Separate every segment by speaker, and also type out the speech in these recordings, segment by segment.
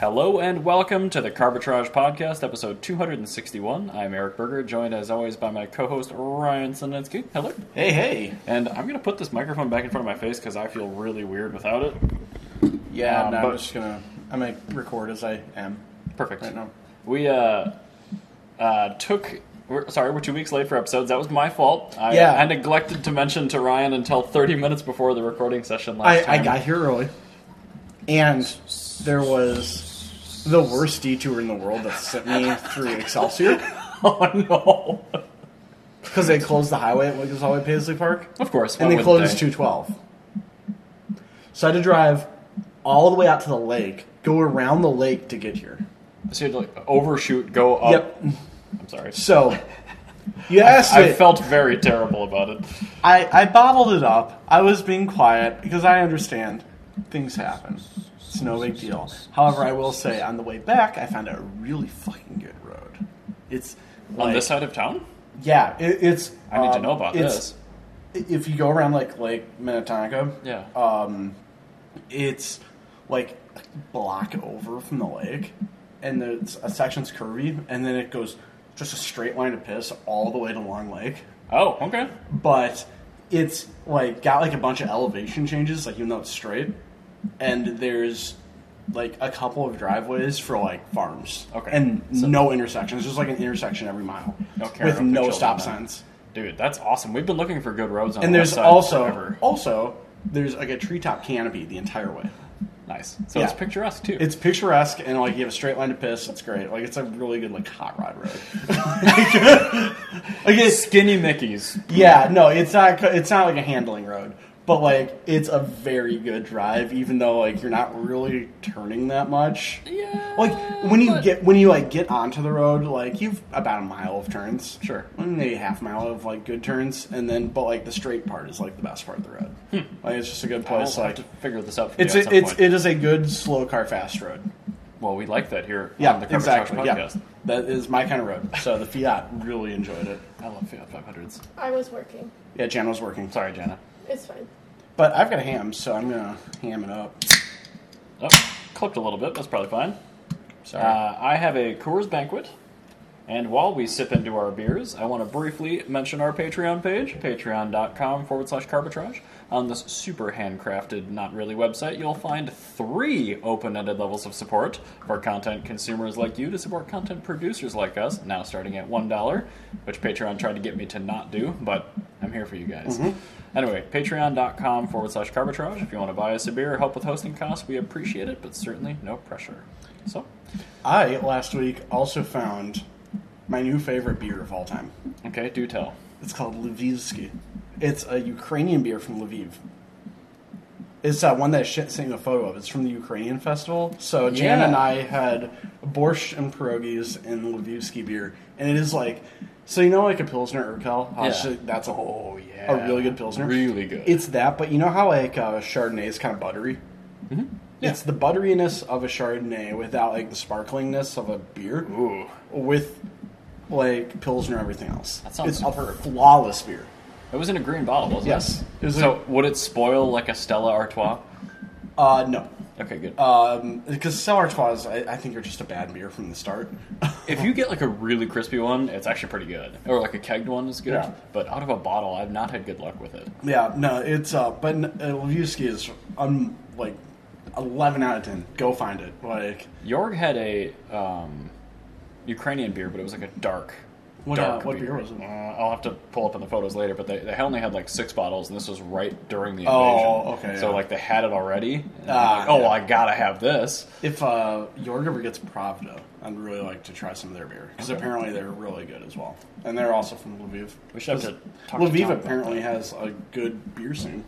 Speaker 1: Hello and welcome to the Carbitrage Podcast, episode 261. I'm Eric Berger, joined as always by my co host Ryan Sundensky. Hello.
Speaker 2: Hey, hey.
Speaker 1: And I'm going to put this microphone back in front of my face because I feel really weird without it.
Speaker 2: Yeah,
Speaker 1: Um,
Speaker 2: no,
Speaker 1: but-
Speaker 2: I'm just gonna. I'm gonna record as I am
Speaker 1: Perfect.
Speaker 2: right now.
Speaker 1: We uh, uh, took. We're, sorry, we're two weeks late for episodes. That was my fault. I,
Speaker 2: Yeah.
Speaker 1: I neglected to mention to Ryan until 30 minutes before the recording session
Speaker 2: I,
Speaker 1: last
Speaker 2: I
Speaker 1: time.
Speaker 2: got here early, and there was the worst detour in the world that sent me through Excelsior
Speaker 1: Oh no!
Speaker 2: because they closed the highway at Wiggles Highway Paisley Park,
Speaker 1: Of course.
Speaker 2: and
Speaker 1: why
Speaker 2: they
Speaker 1: wouldn't
Speaker 2: closed 212. So I had to drive all the way out to the lake, go around the lake to get here.
Speaker 1: So you had to like, overshoot, go up.
Speaker 2: Yep.
Speaker 1: I'm sorry.
Speaker 2: So you asked
Speaker 1: I
Speaker 2: it-
Speaker 1: felt very terrible about it.
Speaker 2: I, I bottled it up. I was being quiet because I understand things happen. It's no big deal. However, I will say on the way back, I found a really fucking good road. It's
Speaker 1: On
Speaker 2: like-
Speaker 1: this side of town?
Speaker 2: Yeah, it, it's.
Speaker 1: I need to
Speaker 2: um,
Speaker 1: know about
Speaker 2: it's-
Speaker 1: this.
Speaker 2: If you go around like Lake Minnetonka,
Speaker 1: Yeah.
Speaker 2: um, it's like a block over from the lake, and there's a section's curvy, and then it goes just a straight line of piss all the way to Long Lake
Speaker 1: Oh, okay.
Speaker 2: but it's like got like a bunch of elevation changes, like even though it's straight, and there's like a couple of driveways for like farms,
Speaker 1: Okay.
Speaker 2: and
Speaker 1: So-
Speaker 2: no intersections, just like an intersection every mile
Speaker 1: No carrot
Speaker 2: with
Speaker 1: up the
Speaker 2: no
Speaker 1: children,
Speaker 2: stop
Speaker 1: huh?
Speaker 2: signs.
Speaker 1: Dude, that's awesome. We've been looking for good roads on
Speaker 2: And
Speaker 1: the
Speaker 2: there's
Speaker 1: west side
Speaker 2: also
Speaker 1: forever.
Speaker 2: also there's like a treetop canopy the entire way.
Speaker 1: Nice. So
Speaker 2: Yeah.
Speaker 1: it's picturesque too.
Speaker 2: It's picturesque and like you have a straight line to piss. It's great. Like it's a really good like hot rod road. like it's
Speaker 1: skinny Mickey's.
Speaker 2: Yeah, no, it's not. It's not like a handling road, but like it's a very good drive, even though like you're not really turning that much.
Speaker 1: Yeah.
Speaker 2: Like when you
Speaker 1: but-
Speaker 2: get when you like get onto the road, like you've about a mile of turns,
Speaker 1: Sure.
Speaker 2: maybe half mile of like good turns, and then but like the straight part is like the best part of the road. Like it's just a good
Speaker 1: I'll
Speaker 2: place.
Speaker 1: Hmm. have
Speaker 2: Like
Speaker 1: to figure this out for
Speaker 2: it's
Speaker 1: you at some
Speaker 2: a, it's
Speaker 1: point.
Speaker 2: it is a good slow car fast road.
Speaker 1: well, we like that here on
Speaker 2: Yeah,
Speaker 1: the Cover Talk
Speaker 2: exactly. Yeah,
Speaker 1: podcast.
Speaker 2: that is my kind of road. So the Fiat really enjoyed it.
Speaker 1: I love Fiat 500s.
Speaker 3: I was working.
Speaker 2: Yeah, Jan was working.
Speaker 1: Sorry, Jana.
Speaker 3: It's fine.
Speaker 2: But I've got a ham, so I'm gonna ham it up.
Speaker 1: Oh, clipped a little bit. That's probably fine.
Speaker 2: Sorry.
Speaker 1: Uh, I have a Coors Banquet, and while we sip into our beers, I want to briefly mention our Patreon page, patreon.com forward slash carbitrage. On this super handcrafted, not really website, you'll find three open ended levels of support for content consumers like you to support content producers like us, now starting at $1, which Patreon tried to get me to not do, but I'm here for you guys. Anyway, patreon.com forward slash carbitrage. If you want to buy us a beer or help with hosting costs, we appreciate it, but certainly no pressure. So,
Speaker 2: I last week also found my new favorite beer of all time.
Speaker 1: Okay, do tell.
Speaker 2: It's called Lvivsky. It's a Ukrainian beer from Lviv. It's uh, one that shit sent me a photo of. It's from the Ukrainian festival. So Jan
Speaker 1: Yeah.
Speaker 2: and I had borscht and pierogies and Lvivsky beer, and it is like, so you know, like a pilsner Urkel. How it's
Speaker 1: Yeah.
Speaker 2: just- That's a whole.
Speaker 1: yeah.
Speaker 2: A really good pilsner.
Speaker 1: Really good.
Speaker 2: It's that, but you know how like uh, Chardonnay is kind of buttery.
Speaker 1: Mm-hmm. Yeah.
Speaker 2: It's the butteriness of a Chardonnay without like the sparklingness of a beer,
Speaker 1: Ooh.
Speaker 2: with like pilsner and everything else.
Speaker 1: That sounds
Speaker 2: it's
Speaker 1: superb.
Speaker 2: a flawless beer.
Speaker 1: It was in a green bottle, wasn't
Speaker 2: Yes.
Speaker 1: it?
Speaker 2: It was
Speaker 1: so would it spoil like a Stella Artois?
Speaker 2: Uh, no,
Speaker 1: Okay, good.
Speaker 2: Uh, because um, Cellar Twas, I, I think are just a bad beer from the start.
Speaker 1: if you get like a really crispy one, it's actually pretty good. Or like a kegged one is good.
Speaker 2: Yeah.
Speaker 1: But out of a bottle, I've not had good luck with it.
Speaker 2: yeah, no, it's uh, but uh, Lvivsky is um like eleven out of ten. Go find it. Like
Speaker 1: Jorg had a um, Ukrainian beer, but it was like a dark.
Speaker 2: What, uh,
Speaker 1: dark
Speaker 2: what beer was it?
Speaker 1: Uh, I'll have to pull up on the photos later, but they, they only had like six bottles, and this was right during the invasion.
Speaker 2: Oh, okay,
Speaker 1: So
Speaker 2: yeah.
Speaker 1: like they had it already. and
Speaker 2: Ah,
Speaker 1: like, oh,
Speaker 2: yeah.
Speaker 1: well, I gotta have this.
Speaker 2: If uh, Jorg ever gets Pravda, I'd really like to try some of their beer because
Speaker 1: Okay.
Speaker 2: apparently they're really good as well, and they're also from Lviv.
Speaker 1: We should have to talk to
Speaker 2: Lviv
Speaker 1: Tom about
Speaker 2: apparently
Speaker 1: that. Oh,
Speaker 2: has a good beer scene.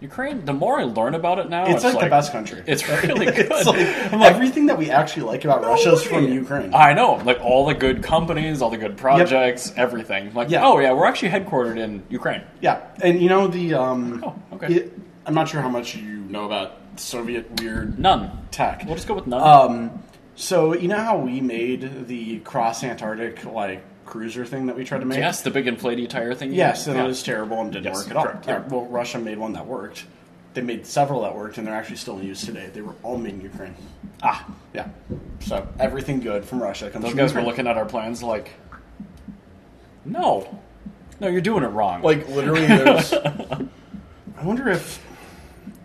Speaker 1: Ukraine. The more I learn about it now,
Speaker 2: It's, like, the best country.
Speaker 1: It's really good.
Speaker 2: It's like,
Speaker 1: I'm like,
Speaker 2: everything that we actually like about Russia is from
Speaker 1: "Hey."
Speaker 2: Ukraine.
Speaker 1: I know, like all the good companies, all the good projects, everything. Like,
Speaker 2: Yeah.
Speaker 1: oh yeah, we're actually headquartered in Ukraine.
Speaker 2: yeah, and you know the. Um,
Speaker 1: Oh, okay.
Speaker 2: it- I'm not sure how much you know about Soviet weird
Speaker 1: None.
Speaker 2: tech.
Speaker 1: We'll just go with none.
Speaker 2: Um, so you know how we made the cross Antarctic like cruiser thing that we tried to make?
Speaker 1: yes, the big inflaty tire thing.
Speaker 2: Yes, and
Speaker 1: Yeah.
Speaker 2: it was terrible and didn't
Speaker 1: Yes,
Speaker 2: work at all.
Speaker 1: correct, yeah.
Speaker 2: Uh, Well, Russia made one that worked. They made several that worked, and they're actually still in use today. They were all made in Ukraine.
Speaker 1: ah.
Speaker 2: Yeah. So everything good from Russia comes
Speaker 1: Those
Speaker 2: from
Speaker 1: guys were
Speaker 2: Ukraine.
Speaker 1: looking at our plans like, no, no, you're doing it wrong.
Speaker 2: Like literally, there's. I wonder if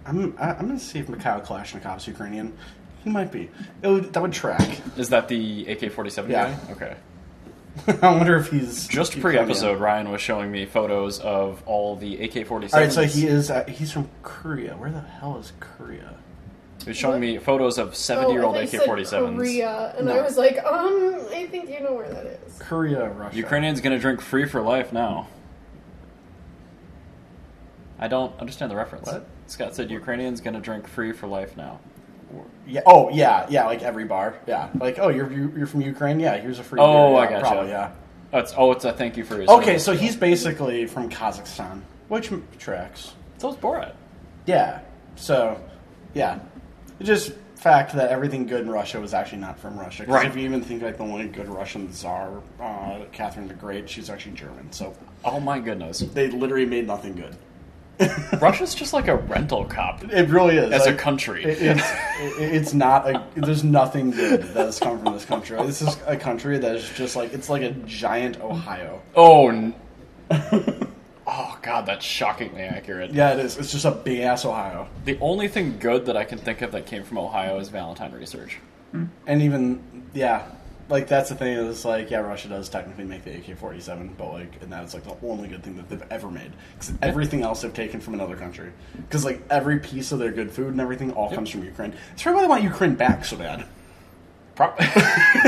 Speaker 2: I'm. I- I'm gonna see if Mikhail Kalashnikov's Ukrainian. He might be. It would, that would track.
Speaker 1: is that the AK-47
Speaker 2: Yeah.
Speaker 1: guy? Okay.
Speaker 2: I wonder if he's
Speaker 1: Just
Speaker 2: Ukrainian.
Speaker 1: pre-episode, Ryan was showing me photos of all the AK-47s.
Speaker 2: All right, so he is. Uh, he's from Korea. Where the hell is Korea?
Speaker 1: He was showing me photos of
Speaker 3: Oh,
Speaker 1: seventy-year-old
Speaker 3: I thought you said
Speaker 1: AK-47s.
Speaker 3: Korea, and
Speaker 2: No.
Speaker 3: I was like, um, I think you know where that is.
Speaker 2: Korea, Russia.
Speaker 1: Ukrainian's gonna drink free for life now. I don't understand the reference.
Speaker 2: What?
Speaker 1: Scott said Ukrainian's gonna drink free for life now.
Speaker 2: Yeah. Oh, yeah, yeah. Like every bar. Yeah. Like, oh, you're you- you're from Ukraine. Yeah. Here's a free.
Speaker 1: Oh,
Speaker 2: beer.
Speaker 1: I
Speaker 2: Yeah,
Speaker 1: gotcha.
Speaker 2: Probably, yeah.
Speaker 1: Oh, it's oh, it's a thank you for your
Speaker 2: Okay,
Speaker 1: service.
Speaker 2: so he's basically from Kazakhstan, which m- tracks.
Speaker 1: so it's Borat.
Speaker 2: Yeah. So, yeah. It Just fact that everything good in Russia was actually not from Russia. 'Cause
Speaker 1: Right.
Speaker 2: If you even think like the only good Russian czar, uh, Catherine the Great, she's actually German. So
Speaker 1: Oh my goodness,
Speaker 2: they literally made nothing good.
Speaker 1: Russia's just like a rental cop.
Speaker 2: It really is
Speaker 1: As a
Speaker 2: Like,
Speaker 1: country.
Speaker 2: It, it's, it, it's not a. There's nothing good that has come from this country. This is a country that is just like it's like a giant Ohio.
Speaker 1: Oh. N- oh god, that's shockingly accurate.
Speaker 2: Yeah, it is. It's just a big ass Ohio,
Speaker 1: The only thing good that I can think of that came from Ohio is Valentine Research.
Speaker 2: and even yeah, like that's the thing is like yeah, Russia does technically make the AK-47, but like and that's like the only good thing that they've ever made because everything else they've taken from another country because like every piece of their good food and everything all comes from Ukraine. That's probably why they want Ukraine back so bad.
Speaker 1: Pro-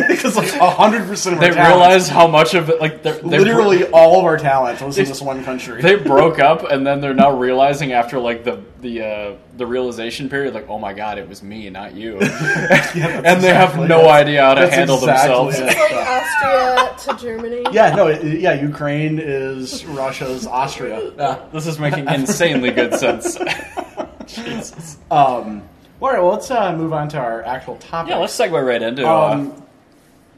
Speaker 2: Because like hundred percent of our
Speaker 1: they
Speaker 2: talent-
Speaker 1: realized how much of it, like, they're, they
Speaker 2: literally all of our talent was in
Speaker 1: They-
Speaker 2: this one country.
Speaker 1: they broke up, and then they're now realizing after like the the uh, the realization period, like, oh my god, it was me, not you, and they have no idea how to
Speaker 2: that's
Speaker 1: handle
Speaker 2: exactly
Speaker 1: themselves.
Speaker 2: it.
Speaker 3: It's like Austria to Germany.
Speaker 2: Uh. Yeah, no, it, yeah. Ukraine is Russia's Austria. Yeah.
Speaker 1: This is making insanely good sense. Jesus.
Speaker 2: Um, all right, well, let's uh, move on to our actual topic.
Speaker 1: Yeah, let's segue right into uh,
Speaker 2: Um,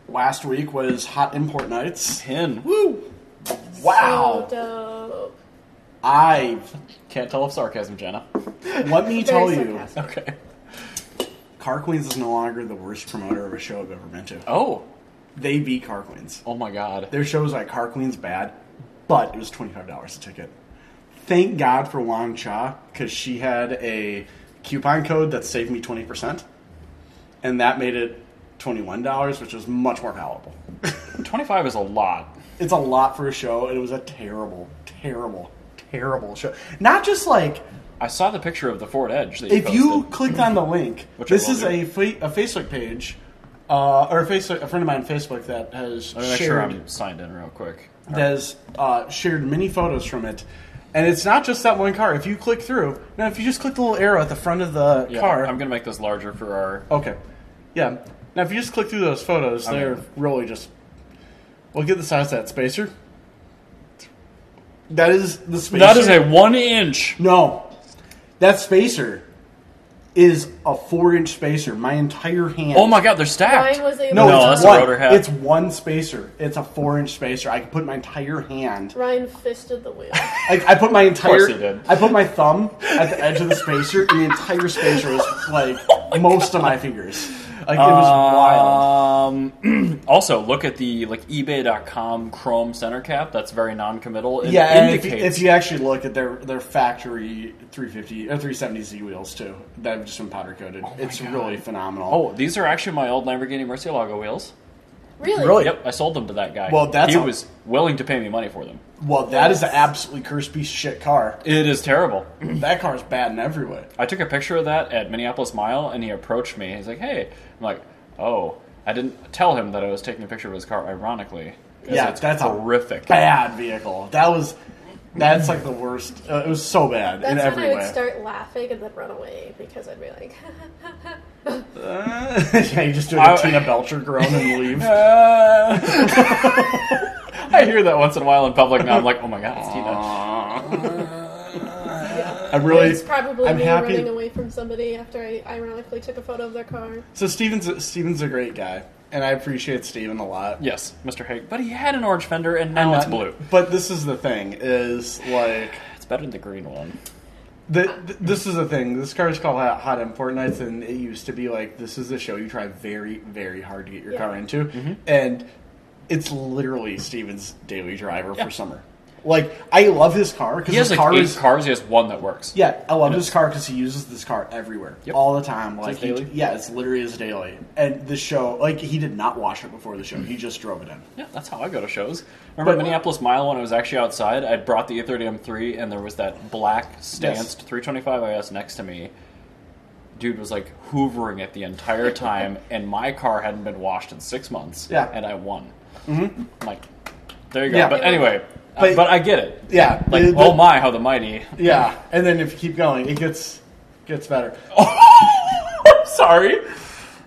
Speaker 2: last week was hot import nights.
Speaker 1: pin.
Speaker 2: Woo!
Speaker 3: So
Speaker 2: Wow!
Speaker 3: dope.
Speaker 2: I
Speaker 1: Can't tell if sarcasm, Jenna.
Speaker 2: let me tell you,
Speaker 3: sarcastic.
Speaker 1: Okay.
Speaker 2: Car Queens is no longer the worst promoter of a show I've ever been to.
Speaker 1: Oh.
Speaker 2: They beat Car Queens.
Speaker 1: Oh my god.
Speaker 2: Their shows like Car Queen's bad, but it was twenty five dollars a ticket. Thank God for Wang Cha because she had a coupon code that saved me twenty percent, and that made it twenty one dollars, which was much more palatable.
Speaker 1: 25 is a lot.
Speaker 2: It's a lot for a show, and it was a terrible, terrible, terrible show. Not just like
Speaker 1: I saw the picture of the Ford Edge. That you
Speaker 2: if you
Speaker 1: posted.
Speaker 2: clicked on the link,
Speaker 1: Which I
Speaker 2: this
Speaker 1: will
Speaker 2: is
Speaker 1: do.
Speaker 2: a, fa- a Facebook page. Uh, or a Facebook, a friend of mine on Facebook that has
Speaker 1: Let me make
Speaker 2: shared
Speaker 1: sure I'm signed in real quick.
Speaker 2: that has uh, shared many photos from it. And it's not just that one car. If you click through, now if you just click the little arrow at the front of the
Speaker 1: Yeah,
Speaker 2: car,
Speaker 1: I'm gonna make this larger for our.
Speaker 2: okay, yeah. Now if you just click through those photos,
Speaker 1: I'm
Speaker 2: they're
Speaker 1: in.
Speaker 2: really just. We'll get the size of that spacer. That is the spacer.
Speaker 1: That is a one inch.
Speaker 2: no. That spacer is a four-inch spacer. My entire hand.
Speaker 1: Oh my god, they're stacked.
Speaker 3: Ryan was able.
Speaker 2: No,
Speaker 3: to
Speaker 1: No,
Speaker 2: it's
Speaker 1: that's a
Speaker 2: one.
Speaker 1: rotor hat.
Speaker 2: It's one spacer. It's a four-inch spacer. I can put my entire hand
Speaker 3: Ryan fisted the wheel.
Speaker 2: Like I put my entire,
Speaker 1: he did.
Speaker 2: I put my thumb at the edge of the spacer, and the entire spacer was like most of my fingers. Like it was
Speaker 1: Uh,
Speaker 2: wild.
Speaker 1: Um, also, look at the like eBay.com Chrome center cap. That's very non-committal. It
Speaker 2: Yeah, and if, you-
Speaker 1: indicates
Speaker 2: if you actually look at their their factory 350 or 370Z wheels too, that have just been powder coated. it's really phenomenal.
Speaker 1: Oh, these are actually my old Lamborghini Murcielago wheels.
Speaker 3: Really?
Speaker 2: Really?
Speaker 1: Yep, I sold them to that guy.
Speaker 2: Well, that's
Speaker 1: he
Speaker 2: a-
Speaker 1: was willing to pay me money for them.
Speaker 2: well, that is an absolutely cursed piece of shit car.
Speaker 1: It is terrible.
Speaker 2: That car is bad in every way.
Speaker 1: I took a picture of that at Minneapolis Mile, and he approached me. He's like, "Hey," I'm like, "Oh." I didn't tell him that I was taking a picture of his car. Ironically, 'cause
Speaker 2: Yeah,
Speaker 1: it's
Speaker 2: that's a
Speaker 1: horrific.
Speaker 2: Bad vehicle. That was. That's like the worst. Uh, it was so bad
Speaker 3: That's
Speaker 2: in
Speaker 3: when
Speaker 2: every
Speaker 3: I
Speaker 2: way.
Speaker 3: would start laughing and then run away because I'd be like,
Speaker 2: yeah, you just do
Speaker 1: I-
Speaker 2: a Tina Belcher groan and leave.
Speaker 1: Uh, I hear that once in a while in public. Now I'm like, "Oh my god, it's Tina."
Speaker 2: I'm really.
Speaker 3: it's probably
Speaker 2: I'm
Speaker 3: me
Speaker 2: happy.
Speaker 3: running away from somebody after I ironically took a photo of their car.
Speaker 2: So Steven's Steven's a great guy, and I appreciate Steven a lot.
Speaker 1: Yes, Mr. Haig. But he had an orange fender, and now
Speaker 2: But-
Speaker 1: it's blue.
Speaker 2: But this is the thing: is like
Speaker 1: It's better than the green one.
Speaker 2: The, th- this is the thing. This car is called Hot Hot M Fortnights, and it used to be like this is a show you try very, very hard to get your
Speaker 3: Yeah.
Speaker 2: car into,
Speaker 1: Mm-hmm.
Speaker 2: and it's literally Steven's daily driver
Speaker 1: Yeah.
Speaker 2: for summer. Like I love his car because
Speaker 1: He has
Speaker 2: his
Speaker 1: like
Speaker 2: car
Speaker 1: eight
Speaker 2: is
Speaker 1: cars. He has one that works.
Speaker 2: yeah. I love
Speaker 1: Yeah.
Speaker 2: this car because he uses this car everywhere,
Speaker 1: Yep.
Speaker 2: all the time. Like
Speaker 1: his
Speaker 2: he-
Speaker 1: daily?
Speaker 2: yeah, it's literally his daily. And the show, like he did not wash it before the show. He just drove it in.
Speaker 1: Yeah, that's how I go to shows. Remember
Speaker 2: But-
Speaker 1: Minneapolis Mile when I was actually outside? I brought the E30 M3, and there was that black stanced 325 IS next to me. Dude was like hoovering it the entire time, and my car hadn't been washed in six months.
Speaker 2: Yeah.
Speaker 1: and I won. Mm-hmm. Like, there you go.
Speaker 2: Yeah.
Speaker 1: But anyway, uh, but,
Speaker 2: But-
Speaker 1: I get it.
Speaker 2: Yeah,
Speaker 1: Like,
Speaker 2: the- the-
Speaker 1: oh my, how the mighty!
Speaker 2: Yeah, and then if you keep going, it gets gets better.
Speaker 1: I'm sorry.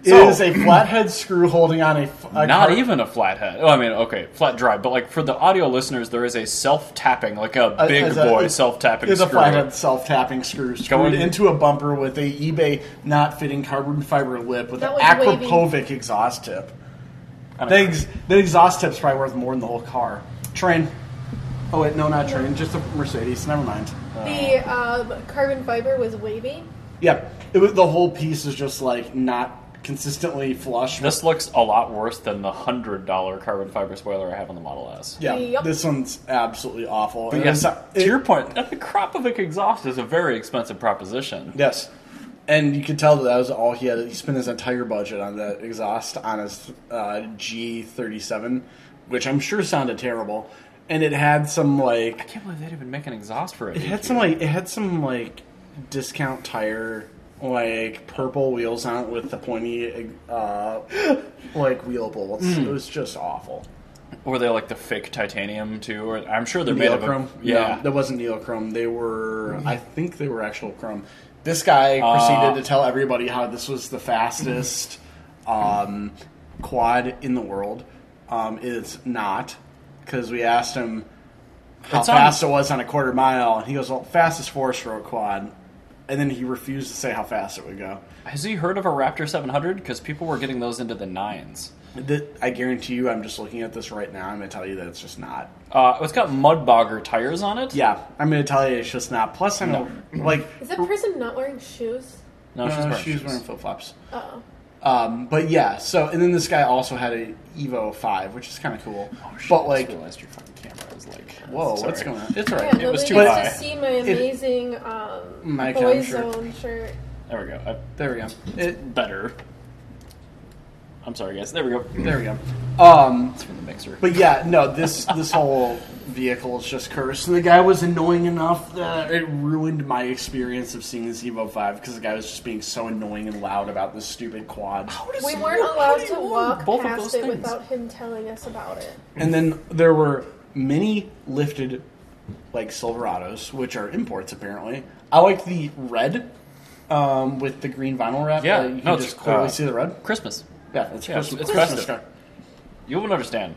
Speaker 2: It
Speaker 1: So-
Speaker 2: is a flathead screw holding on a, f- a
Speaker 1: Not
Speaker 2: car-
Speaker 1: even a flathead. Oh, I mean, okay, flat drive. But like for the audio listeners, there is a self-tapping, like a
Speaker 2: a-
Speaker 1: big
Speaker 2: as a-
Speaker 1: boy self-tapping.
Speaker 2: It's a
Speaker 1: screw.
Speaker 2: flathead self-tapping screw screwed
Speaker 1: Going-
Speaker 2: into a bumper with a eBay not fitting carbon fiber lip with
Speaker 3: That
Speaker 2: an
Speaker 3: was wavy.
Speaker 2: Acropovic exhaust tip.
Speaker 1: I don't
Speaker 2: That,
Speaker 1: know.
Speaker 2: ex- that exhaust tip's probably worth more than the whole car. Train. Oh wait, no, not train. Just a Mercedes. Never mind.
Speaker 3: The um, carbon fiber was wavy.
Speaker 2: Yep. It was, the whole piece is just like not consistently flush. with-
Speaker 1: This looks a lot worse than the hundred dollar carbon fiber spoiler I have on the Model S.
Speaker 2: yeah.
Speaker 3: Yep.
Speaker 2: This one's absolutely awful.
Speaker 1: But
Speaker 2: And
Speaker 1: yes,
Speaker 2: it's-
Speaker 1: to
Speaker 2: it-
Speaker 1: your point, the Kropovic exhaust is a very expensive proposition.
Speaker 2: Yes. And you could tell that that was all he had. He spent his entire budget on that exhaust on his uh, G37, which I'm sure sounded terrible. And it had some
Speaker 1: I
Speaker 2: like
Speaker 1: can't believe they'd even make an exhaust for it.
Speaker 2: it had
Speaker 1: dude.
Speaker 2: some like it had some like discount tire like purple wheels on it with the pointy uh, like wheel bolts. It was just awful.
Speaker 1: Were they like the fake titanium too? Or I'm sure they're made of
Speaker 2: Neochrome?
Speaker 1: a, yeah.
Speaker 2: no, that wasn't neochrome. They were, I think they were actual chrome. This guy
Speaker 1: Ah.
Speaker 2: proceeded to tell everybody how this was the fastest um, quad in the world. Um, it's not because we asked him how
Speaker 1: It's on-
Speaker 2: fast it was on a quarter mile, and he goes, "Well, fastest four-stroke quad," and then he refused to say how fast it would go.
Speaker 1: Has he heard of a Raptor 700? Because people were getting those into the nines.
Speaker 2: Th- I guarantee you, I'm just looking at this right now. I'm going to tell you that it's just not.
Speaker 1: Uh, it's got mud bogger tires on it.
Speaker 2: Yeah, I'm going to tell you it's just not. Plus, I know, like,
Speaker 3: Is that person not wearing shoes?
Speaker 1: No, she's
Speaker 2: uh,
Speaker 1: wearing
Speaker 2: she's
Speaker 1: shoes.
Speaker 2: wearing flip flops.
Speaker 3: Oh,
Speaker 2: Um, but yeah, so and then this guy also had a Evo five, which is kind of cool.
Speaker 1: Oh, shit, I
Speaker 2: but
Speaker 1: just
Speaker 2: like,
Speaker 1: realized your fucking camera is like.
Speaker 2: whoa,
Speaker 1: sorry.
Speaker 2: what's going on? It's alright.
Speaker 3: yeah.
Speaker 1: It was
Speaker 3: Nobody
Speaker 1: too
Speaker 3: gets
Speaker 2: high.
Speaker 3: to see my
Speaker 2: It-
Speaker 3: amazing um,
Speaker 2: My cam shirt.
Speaker 3: Boyzone shirt.
Speaker 1: There we go. I,
Speaker 2: There we go. It,
Speaker 1: better. I'm sorry, guys. There we go.
Speaker 2: there we go. Um,
Speaker 1: It's from the mixer.
Speaker 2: but yeah, no, this this whole vehicle is just cursed, and the guy was annoying enough that it ruined my experience of seeing this Evo five because the guy was just being so annoying and loud about this stupid quad.
Speaker 3: We weren't allowed to walk
Speaker 1: both of
Speaker 3: past
Speaker 1: those
Speaker 3: it
Speaker 1: things?
Speaker 3: without him telling us about it.
Speaker 2: And then there were many lifted, like Silverados, which are imports apparently. I like the red um, with the green vinyl wrap.
Speaker 1: Yeah,
Speaker 2: uh, you can
Speaker 1: no, it's,
Speaker 2: just clearly
Speaker 1: uh,
Speaker 2: see the red.
Speaker 1: Christmas.
Speaker 2: Yeah, it's
Speaker 1: yeah,
Speaker 2: Christmas,
Speaker 1: it's
Speaker 2: Christmas
Speaker 1: festive.
Speaker 2: car.
Speaker 1: You won't understand.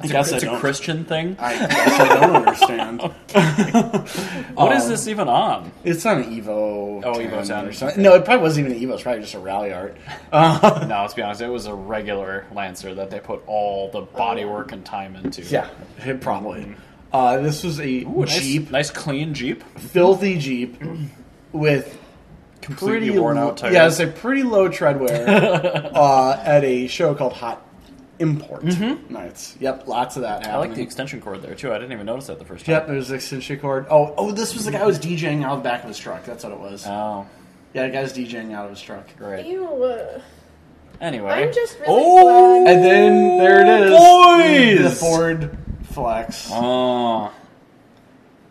Speaker 2: I guess I
Speaker 1: it's a
Speaker 2: don't.
Speaker 1: Christian thing.
Speaker 2: I guess I don't understand.
Speaker 1: What
Speaker 2: um,
Speaker 1: is this even on?
Speaker 2: It's not an Evo.
Speaker 1: Oh, Evo
Speaker 2: 10 or
Speaker 1: 10.
Speaker 2: something. No, it probably wasn't even an Evo. It's probably just a rally art.
Speaker 1: no, let's be honest. It was a regular Lancer that they put all the bodywork and time into.
Speaker 2: Yeah, it probably. Uh, this was a
Speaker 1: Mm-hmm. Ooh, nice-
Speaker 2: Jeep,
Speaker 1: Nice clean Jeep.
Speaker 2: filthy Jeep, with
Speaker 1: Completely worn
Speaker 2: lo-
Speaker 1: out tires.
Speaker 2: Yeah, it's a pretty low treadwear uh, at a show called Hot Import Nights. Yep, lots of that happening.
Speaker 1: Mm-hmm. I like the extension cord there too. I didn't even notice that the first time.
Speaker 2: Mm-hmm. Yep, there's an extension cord. Oh, oh, this was the guy who was DJing out of the back of his truck. That's what it was.
Speaker 1: Oh,
Speaker 2: yeah, the guy's DJing out of his truck.
Speaker 1: great.
Speaker 3: Ew. uh,
Speaker 1: Anyway,
Speaker 3: I'm just really
Speaker 1: oh,
Speaker 2: And then there it is,
Speaker 1: boys.
Speaker 2: the Ford Flex.
Speaker 1: Oh,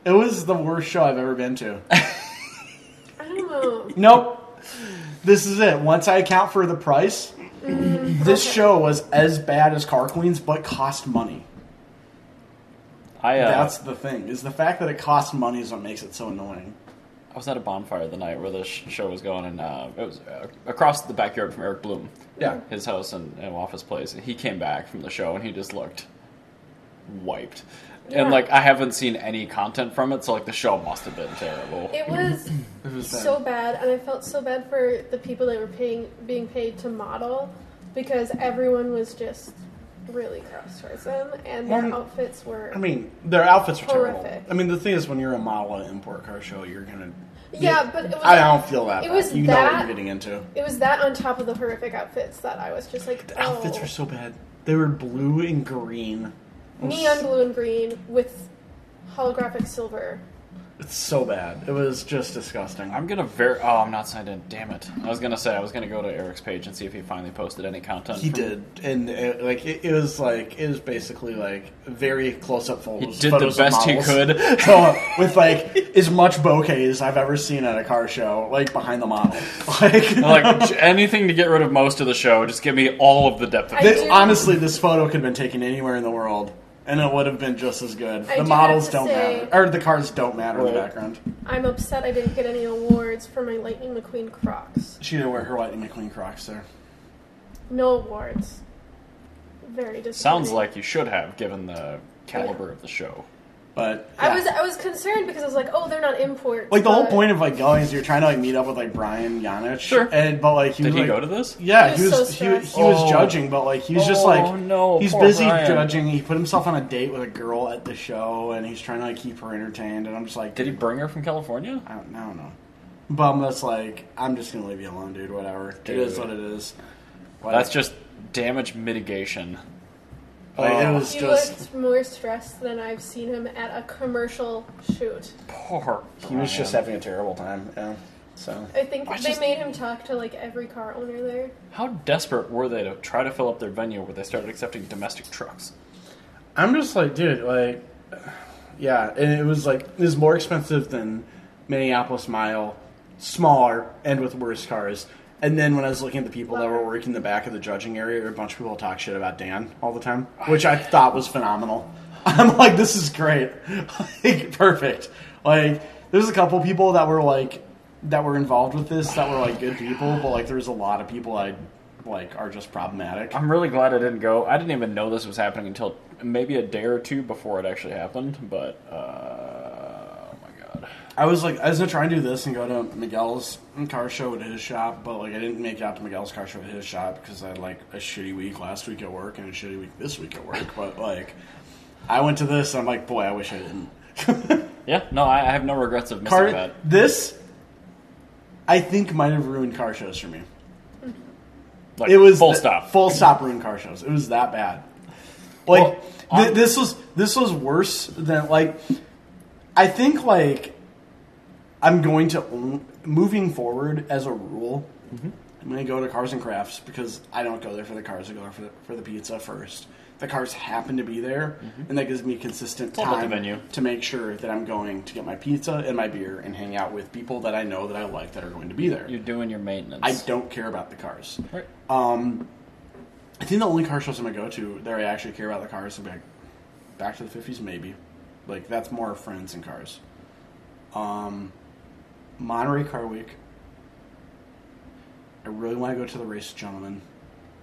Speaker 2: It was the worst show I've ever been to.
Speaker 3: I don't know.
Speaker 2: Nope. This is it. Once I account for the price, this
Speaker 3: okay.
Speaker 2: show was as bad as Car Queens, but cost money.
Speaker 1: I uh,
Speaker 2: That's the thing is the fact that it costs money is what makes it so annoying.
Speaker 1: I was at a bonfire the night where this sh- show was going, and uh, it was uh, across the backyard from Eric Bloom,
Speaker 2: Yeah.
Speaker 1: his house and, and office place. And he came back from the show, and he just looked wiped.
Speaker 3: Yeah.
Speaker 1: And like, I haven't seen any content from it, so like, the show must have been terrible.
Speaker 3: It was
Speaker 2: It was
Speaker 3: so bad, and I felt so bad for the people that were paying being paid to model because everyone was just really gross towards them, and their
Speaker 2: Um,
Speaker 3: outfits were.
Speaker 2: I mean, their outfits are terrible.
Speaker 3: Horrific.
Speaker 2: I mean, the thing is, when you're a model at an import car show, you're gonna.
Speaker 3: yeah, but it was,
Speaker 2: I don't feel that.
Speaker 3: it
Speaker 2: bad.
Speaker 3: was
Speaker 2: you know what
Speaker 3: that-
Speaker 2: you're getting into.
Speaker 3: it was that on top of the horrific outfits that I was just like,
Speaker 2: The
Speaker 3: oh,
Speaker 2: outfits were so bad. They were blue and green.
Speaker 3: neon blue and green with holographic silver.
Speaker 2: It's so bad. It was just disgusting.
Speaker 1: I'm gonna ver. Oh, I'm not signed in. Damn it! I was gonna say I was gonna go to Eric's page and see if he finally posted any content.
Speaker 2: He
Speaker 1: from-
Speaker 2: did, and it, like it, it was like it was basically like very close-up
Speaker 1: He
Speaker 2: photos.
Speaker 1: did the
Speaker 2: photos of
Speaker 1: best he
Speaker 2: models.
Speaker 1: could.
Speaker 2: So, with like as much bokeh as I've ever seen at a car show, like behind the model. Like,
Speaker 1: like j- anything to get rid of most of the show. Just give me all of the depth. Of
Speaker 3: I
Speaker 1: it.
Speaker 2: This-
Speaker 3: do-
Speaker 2: honestly, this photo could have been taken anywhere in the world, and it would have been just as good.
Speaker 3: I
Speaker 2: the
Speaker 3: do
Speaker 2: models
Speaker 3: have to
Speaker 2: don't
Speaker 3: say-
Speaker 2: matter, or the cars don't matter in the
Speaker 1: Right.
Speaker 2: background.
Speaker 3: I'm upset I didn't get any awards for my Lightning McQueen Crocs.
Speaker 2: She didn't wear her Lightning McQueen Crocs there.
Speaker 3: No awards. Very disappointing.
Speaker 1: Sounds like you should have, given the caliber of the show.
Speaker 2: But
Speaker 3: I
Speaker 2: yeah.
Speaker 3: was I was concerned because I was like, oh, they're not imports.
Speaker 2: like the whole
Speaker 3: but-
Speaker 2: point of like going is you're trying to like meet up with like Brian Yanich,
Speaker 1: Sure.
Speaker 2: and but like he
Speaker 1: Did
Speaker 2: was,
Speaker 1: he go
Speaker 2: like-
Speaker 1: to this?
Speaker 2: Yeah, he
Speaker 3: He was
Speaker 2: was
Speaker 3: so
Speaker 2: he, he,
Speaker 3: stressed.
Speaker 2: was
Speaker 1: Oh.
Speaker 2: judging, but like he was just
Speaker 1: Oh,
Speaker 2: like
Speaker 1: no,
Speaker 2: he's
Speaker 1: poor
Speaker 2: busy
Speaker 1: Brian.
Speaker 2: judging. He put himself on a date with a girl at the show, and he's trying to like keep her entertained. And I'm just like,
Speaker 1: Did he bring her from California?
Speaker 2: I don't, I don't know. But I'm just like, I'm just gonna leave you alone, dude. Whatever. It is
Speaker 1: Dude.
Speaker 2: what it is. Like,
Speaker 1: That's just damage mitigation.
Speaker 2: like, it
Speaker 1: Oh.
Speaker 2: was
Speaker 3: He
Speaker 2: just
Speaker 3: looked more stressed than I've seen him at a commercial shoot.
Speaker 1: Poor.
Speaker 2: he was just
Speaker 1: Brian.
Speaker 2: having a terrible time. Yeah. So
Speaker 3: I think
Speaker 1: I
Speaker 3: they
Speaker 1: just-
Speaker 3: made him talk to like every car owner there.
Speaker 1: How desperate were they to try to fill up their venue where they started accepting domestic trucks?
Speaker 2: I'm just like, dude, like, yeah. And it was like it was more expensive than Minneapolis Mile, smaller and with worse cars. And then when I was looking at the people that were working the back of the judging area, a bunch of people talk shit about Dan all the time, which I thought was phenomenal. I'm like, this is great, like, perfect. Like, there's a couple people that were like that were involved with this that were like good people, but like there was a lot of people I like are just problematic.
Speaker 1: I'm really glad I didn't go. I didn't even know this was happening until maybe a day or two before it actually happened. But uh, oh my god,
Speaker 2: I was like, I was gonna try and do this and go to Miguel's car show at his shop, but like I didn't make it out to Miguel's car show at his shop because I had like a shitty week last week at work and a shitty week this week at work. But like, I went to this and I'm like, boy, I wish I didn't.
Speaker 1: yeah, no, I, I have no regrets of missing
Speaker 2: car,
Speaker 1: that.
Speaker 2: this, I think, might have ruined car shows for me.
Speaker 1: Like,
Speaker 2: It was
Speaker 1: full
Speaker 2: th-
Speaker 1: stop.
Speaker 2: Full stop ruined car shows. It was that bad. Like
Speaker 1: Well,
Speaker 2: thi-
Speaker 1: on-
Speaker 2: this was this was worse than like I think like I'm going to own, moving forward as a rule.
Speaker 1: Mm-hmm.
Speaker 2: I'm going to go to Cars and Crafts because I don't go there for the cars. I go there for the, for the pizza first. The cars happen to be there, and that gives me consistent
Speaker 1: Mm-hmm. all about the
Speaker 2: time
Speaker 1: venue.
Speaker 2: to make sure that I'm going to get my pizza and my beer and hang out with people that I know that I like that are going to be there.
Speaker 1: You're doing your maintenance.
Speaker 2: I don't care about the cars.
Speaker 1: Right.
Speaker 2: Um, I think the only car shows I'm gonna go to that I actually care about the cars will be like Back to the Fifties, maybe. Like that's more friends and cars. Um, Monterey Car Week. I really want to go to the race, gentlemen.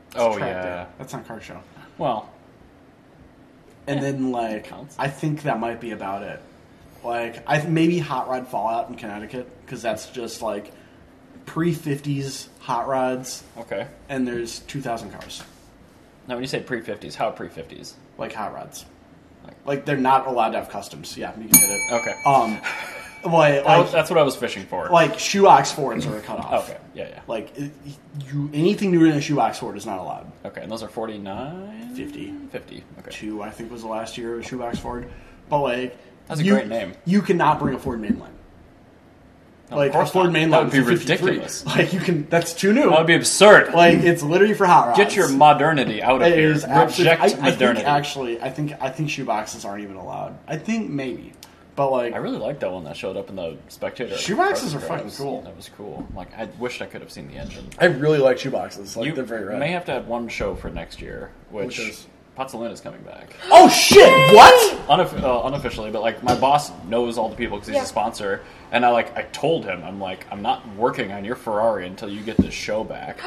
Speaker 2: It's
Speaker 1: oh
Speaker 2: track
Speaker 1: yeah.
Speaker 2: day. that's not car show.
Speaker 1: Well,
Speaker 2: And then like
Speaker 1: counts.
Speaker 2: I think that might be about it. Like I maybe Hot Rod Fallout in Connecticut because that's just like pre fifties hot rods,
Speaker 1: okay.
Speaker 2: and there's two thousand cars.
Speaker 1: Now when you say pre fifties, how pre fifties?
Speaker 2: like hot rods.
Speaker 1: Like-
Speaker 2: Like they're not allowed to have customs. Yeah, you can hit it.
Speaker 1: Okay.
Speaker 2: Um,
Speaker 1: That was-
Speaker 2: like like,
Speaker 1: that's what I was fishing for.
Speaker 2: like shoebox Fords are cut off.
Speaker 1: okay. Yeah. Yeah.
Speaker 2: Like it, you, anything newer than a shoebox Ford is not allowed.
Speaker 1: Okay. And those are forty nine.
Speaker 2: 50.
Speaker 1: Fifty. Okay.
Speaker 2: Two, I think, was the last year of a shoebox Ford. But like,
Speaker 1: That's a
Speaker 2: you-
Speaker 1: great name.
Speaker 2: You cannot bring a Ford mainline.
Speaker 1: No,
Speaker 2: like
Speaker 1: of
Speaker 2: a
Speaker 1: course
Speaker 2: Ford
Speaker 1: not.
Speaker 2: mainline
Speaker 1: That would be
Speaker 2: is a 53.
Speaker 1: ridiculous.
Speaker 2: Like you can. That's too new.
Speaker 1: That would be absurd.
Speaker 2: like it's literally for hot rods.
Speaker 1: Get your modernity out of
Speaker 2: It
Speaker 1: here.
Speaker 2: is absolutely.
Speaker 1: Reject
Speaker 2: I, I think
Speaker 1: modernity.
Speaker 2: actually, I think I think shoeboxes aren't even allowed. I think maybe, but like
Speaker 1: I really liked that one that showed up in the spectator.
Speaker 2: Shoeboxes are
Speaker 1: Cars.
Speaker 2: fucking cool.
Speaker 1: That was cool. Like I wished I could have seen the engine.
Speaker 2: I really like shoeboxes. Like
Speaker 1: you
Speaker 2: they're very rad.
Speaker 1: may have to have one show for next year, which,
Speaker 2: Which is?
Speaker 1: Pozzolana is coming back
Speaker 2: oh shit! What?
Speaker 1: Unoffi uh, unofficially. But like my boss knows all the people because he's
Speaker 3: Yeah.
Speaker 1: a sponsor, and I like I told him I'm like I'm not working on your Ferrari until you get this show back.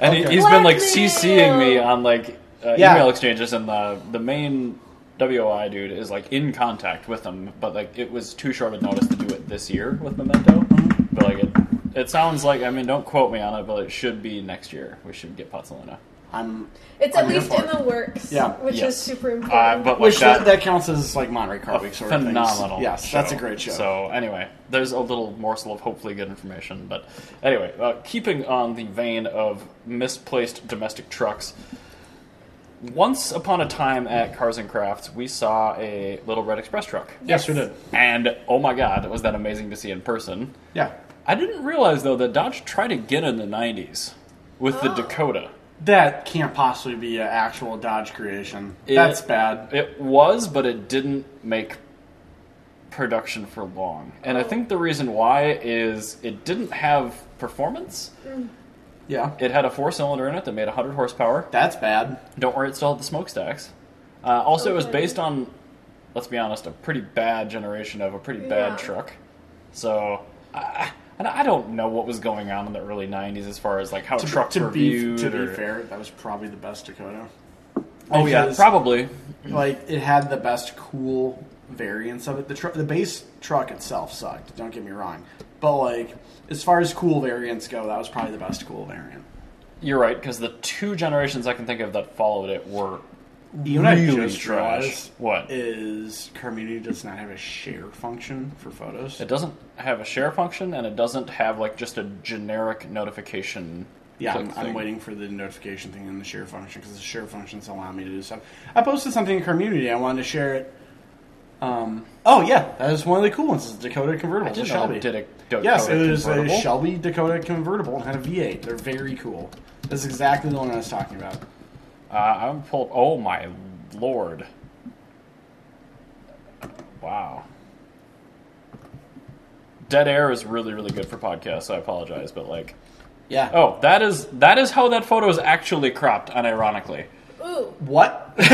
Speaker 1: and he,
Speaker 2: Okay.
Speaker 1: he's been like
Speaker 3: Blackmail.
Speaker 1: CCing me on like uh,
Speaker 2: Yeah.
Speaker 1: email exchanges, and the the main. WOI dude is like in contact with them, but like it was too short a notice to do it this year with Memento.
Speaker 3: Mm-hmm.
Speaker 1: But like it, it sounds like I mean, don't quote me on it, but it should be next year. We should get Pozzolana.
Speaker 2: I'm.
Speaker 3: It's
Speaker 2: I'm
Speaker 3: at
Speaker 2: here
Speaker 3: least
Speaker 2: for
Speaker 3: in
Speaker 2: it.
Speaker 3: the works,
Speaker 2: Yeah.
Speaker 3: which
Speaker 1: Yes.
Speaker 3: is super important.
Speaker 1: Uh, but like
Speaker 2: Which that,
Speaker 1: that,
Speaker 2: that counts as like Monterey Car Week sort of things.
Speaker 1: phenomenal.
Speaker 2: Yes,
Speaker 1: show.
Speaker 2: that's a great show.
Speaker 1: So anyway, there's a little morsel of hopefully good information. But anyway, uh, keeping on the vein of misplaced domestic trucks. Once upon a time at Cars and Crafts, we saw a little red express truck,
Speaker 2: yes, we
Speaker 3: Yes.
Speaker 2: did.
Speaker 1: and oh my god, was that amazing to see in person!
Speaker 2: Yeah,
Speaker 1: I didn't realize though that Dodge tried again in the '90s with the
Speaker 3: Oh.
Speaker 1: Dakota.
Speaker 2: that can't possibly be an actual Dodge creation.
Speaker 1: It-
Speaker 2: that's bad.
Speaker 1: It was, but it didn't make production for long.
Speaker 2: Oh.
Speaker 1: And I think the reason why is it didn't have performance.
Speaker 2: Yeah,
Speaker 1: It had a four cylinder in it that made 100 horsepower.
Speaker 2: that's bad.
Speaker 1: Don't worry, it still had the smokestacks. Uh, also, it was
Speaker 3: Okay.
Speaker 1: based on, let's be honest, a pretty bad generation of a pretty bad
Speaker 3: Yeah.
Speaker 1: truck. So, I, and I don't know what was going on in the early 90s as far as like how
Speaker 2: To,
Speaker 1: trucks
Speaker 2: to
Speaker 1: were
Speaker 2: be
Speaker 1: viewed.
Speaker 2: to be
Speaker 1: or-
Speaker 2: fair, that was probably the best Dakota.
Speaker 1: oh, yeah,
Speaker 2: Because-
Speaker 1: probably.
Speaker 2: like it had the best cool variants of it. The tr- the base truck itself sucked. Don't get me wrong, but like as far as cool variants go, that was probably the best cool variant.
Speaker 1: You're right, because the two generations I can think of that followed it were
Speaker 2: You know what I
Speaker 1: Really
Speaker 2: just
Speaker 1: trash.
Speaker 2: realized
Speaker 1: What?
Speaker 2: is Carmini does not have a share function for photos.
Speaker 1: It doesn't have a share function, and it doesn't have like just a generic notification.
Speaker 2: Yeah,
Speaker 1: click
Speaker 2: I'm, I'm
Speaker 1: thing.
Speaker 2: waiting for the notification thing in the share function because the share functions allow me to do stuff. I posted something in community. I wanted to share it. Um, oh yeah, that is one of the cool ones. Is the Dakota convertible.
Speaker 1: I didn't
Speaker 2: the
Speaker 1: know
Speaker 2: Shelby.
Speaker 1: it did a Dakota
Speaker 2: yes, it was a
Speaker 1: convertible.
Speaker 2: Shelby Dakota convertible and had a V8. They're very cool. That's exactly the one I was talking about.
Speaker 1: Uh, I'm pulled. Oh my lord! Wow. Dead air is really really good for podcasts. So I apologize, but like,
Speaker 2: Yeah.
Speaker 1: oh, that is that is how that photo is actually cropped. Unironically,
Speaker 3: Ooh,
Speaker 2: What?
Speaker 1: I'm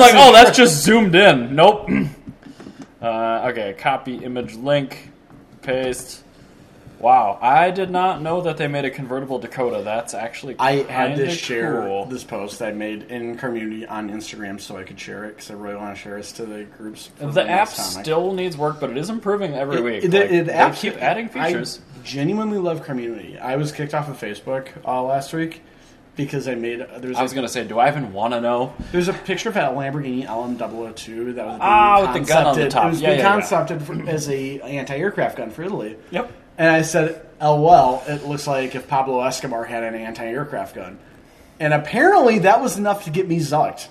Speaker 1: like, oh, that's just zoomed in. Nope. uh, okay, copy image link, paste. Wow, I did not know that they made a convertible Dakota. That's actually
Speaker 2: I had to
Speaker 1: kinda
Speaker 2: share
Speaker 1: cool.
Speaker 2: this post I made in community on Instagram so I could share it because I really want to share this to the groups. for
Speaker 1: The
Speaker 2: when
Speaker 1: app
Speaker 2: it's time. I-
Speaker 1: still needs work, but it is improving every week.
Speaker 2: It-
Speaker 1: Like,
Speaker 2: it
Speaker 1: they
Speaker 2: abs-
Speaker 1: keep adding features.
Speaker 2: I genuinely love community. I was kicked off of Facebook uh, last week because I made there's
Speaker 1: I, was
Speaker 2: a,
Speaker 1: gonna say, do I even want to know?
Speaker 2: there's a picture of that Lamborghini LM002 that was being
Speaker 1: Ah, with the gun on the
Speaker 2: concepted-
Speaker 1: top.
Speaker 2: It was
Speaker 1: Yeah,
Speaker 2: being
Speaker 1: yeah, yeah.
Speaker 2: concepted for- as a anti-aircraft gun for Italy.
Speaker 1: Yep.
Speaker 2: And I said, "LOL, it looks like if Pablo Escobar had an anti-aircraft gun." And apparently, that was enough to get me zucked.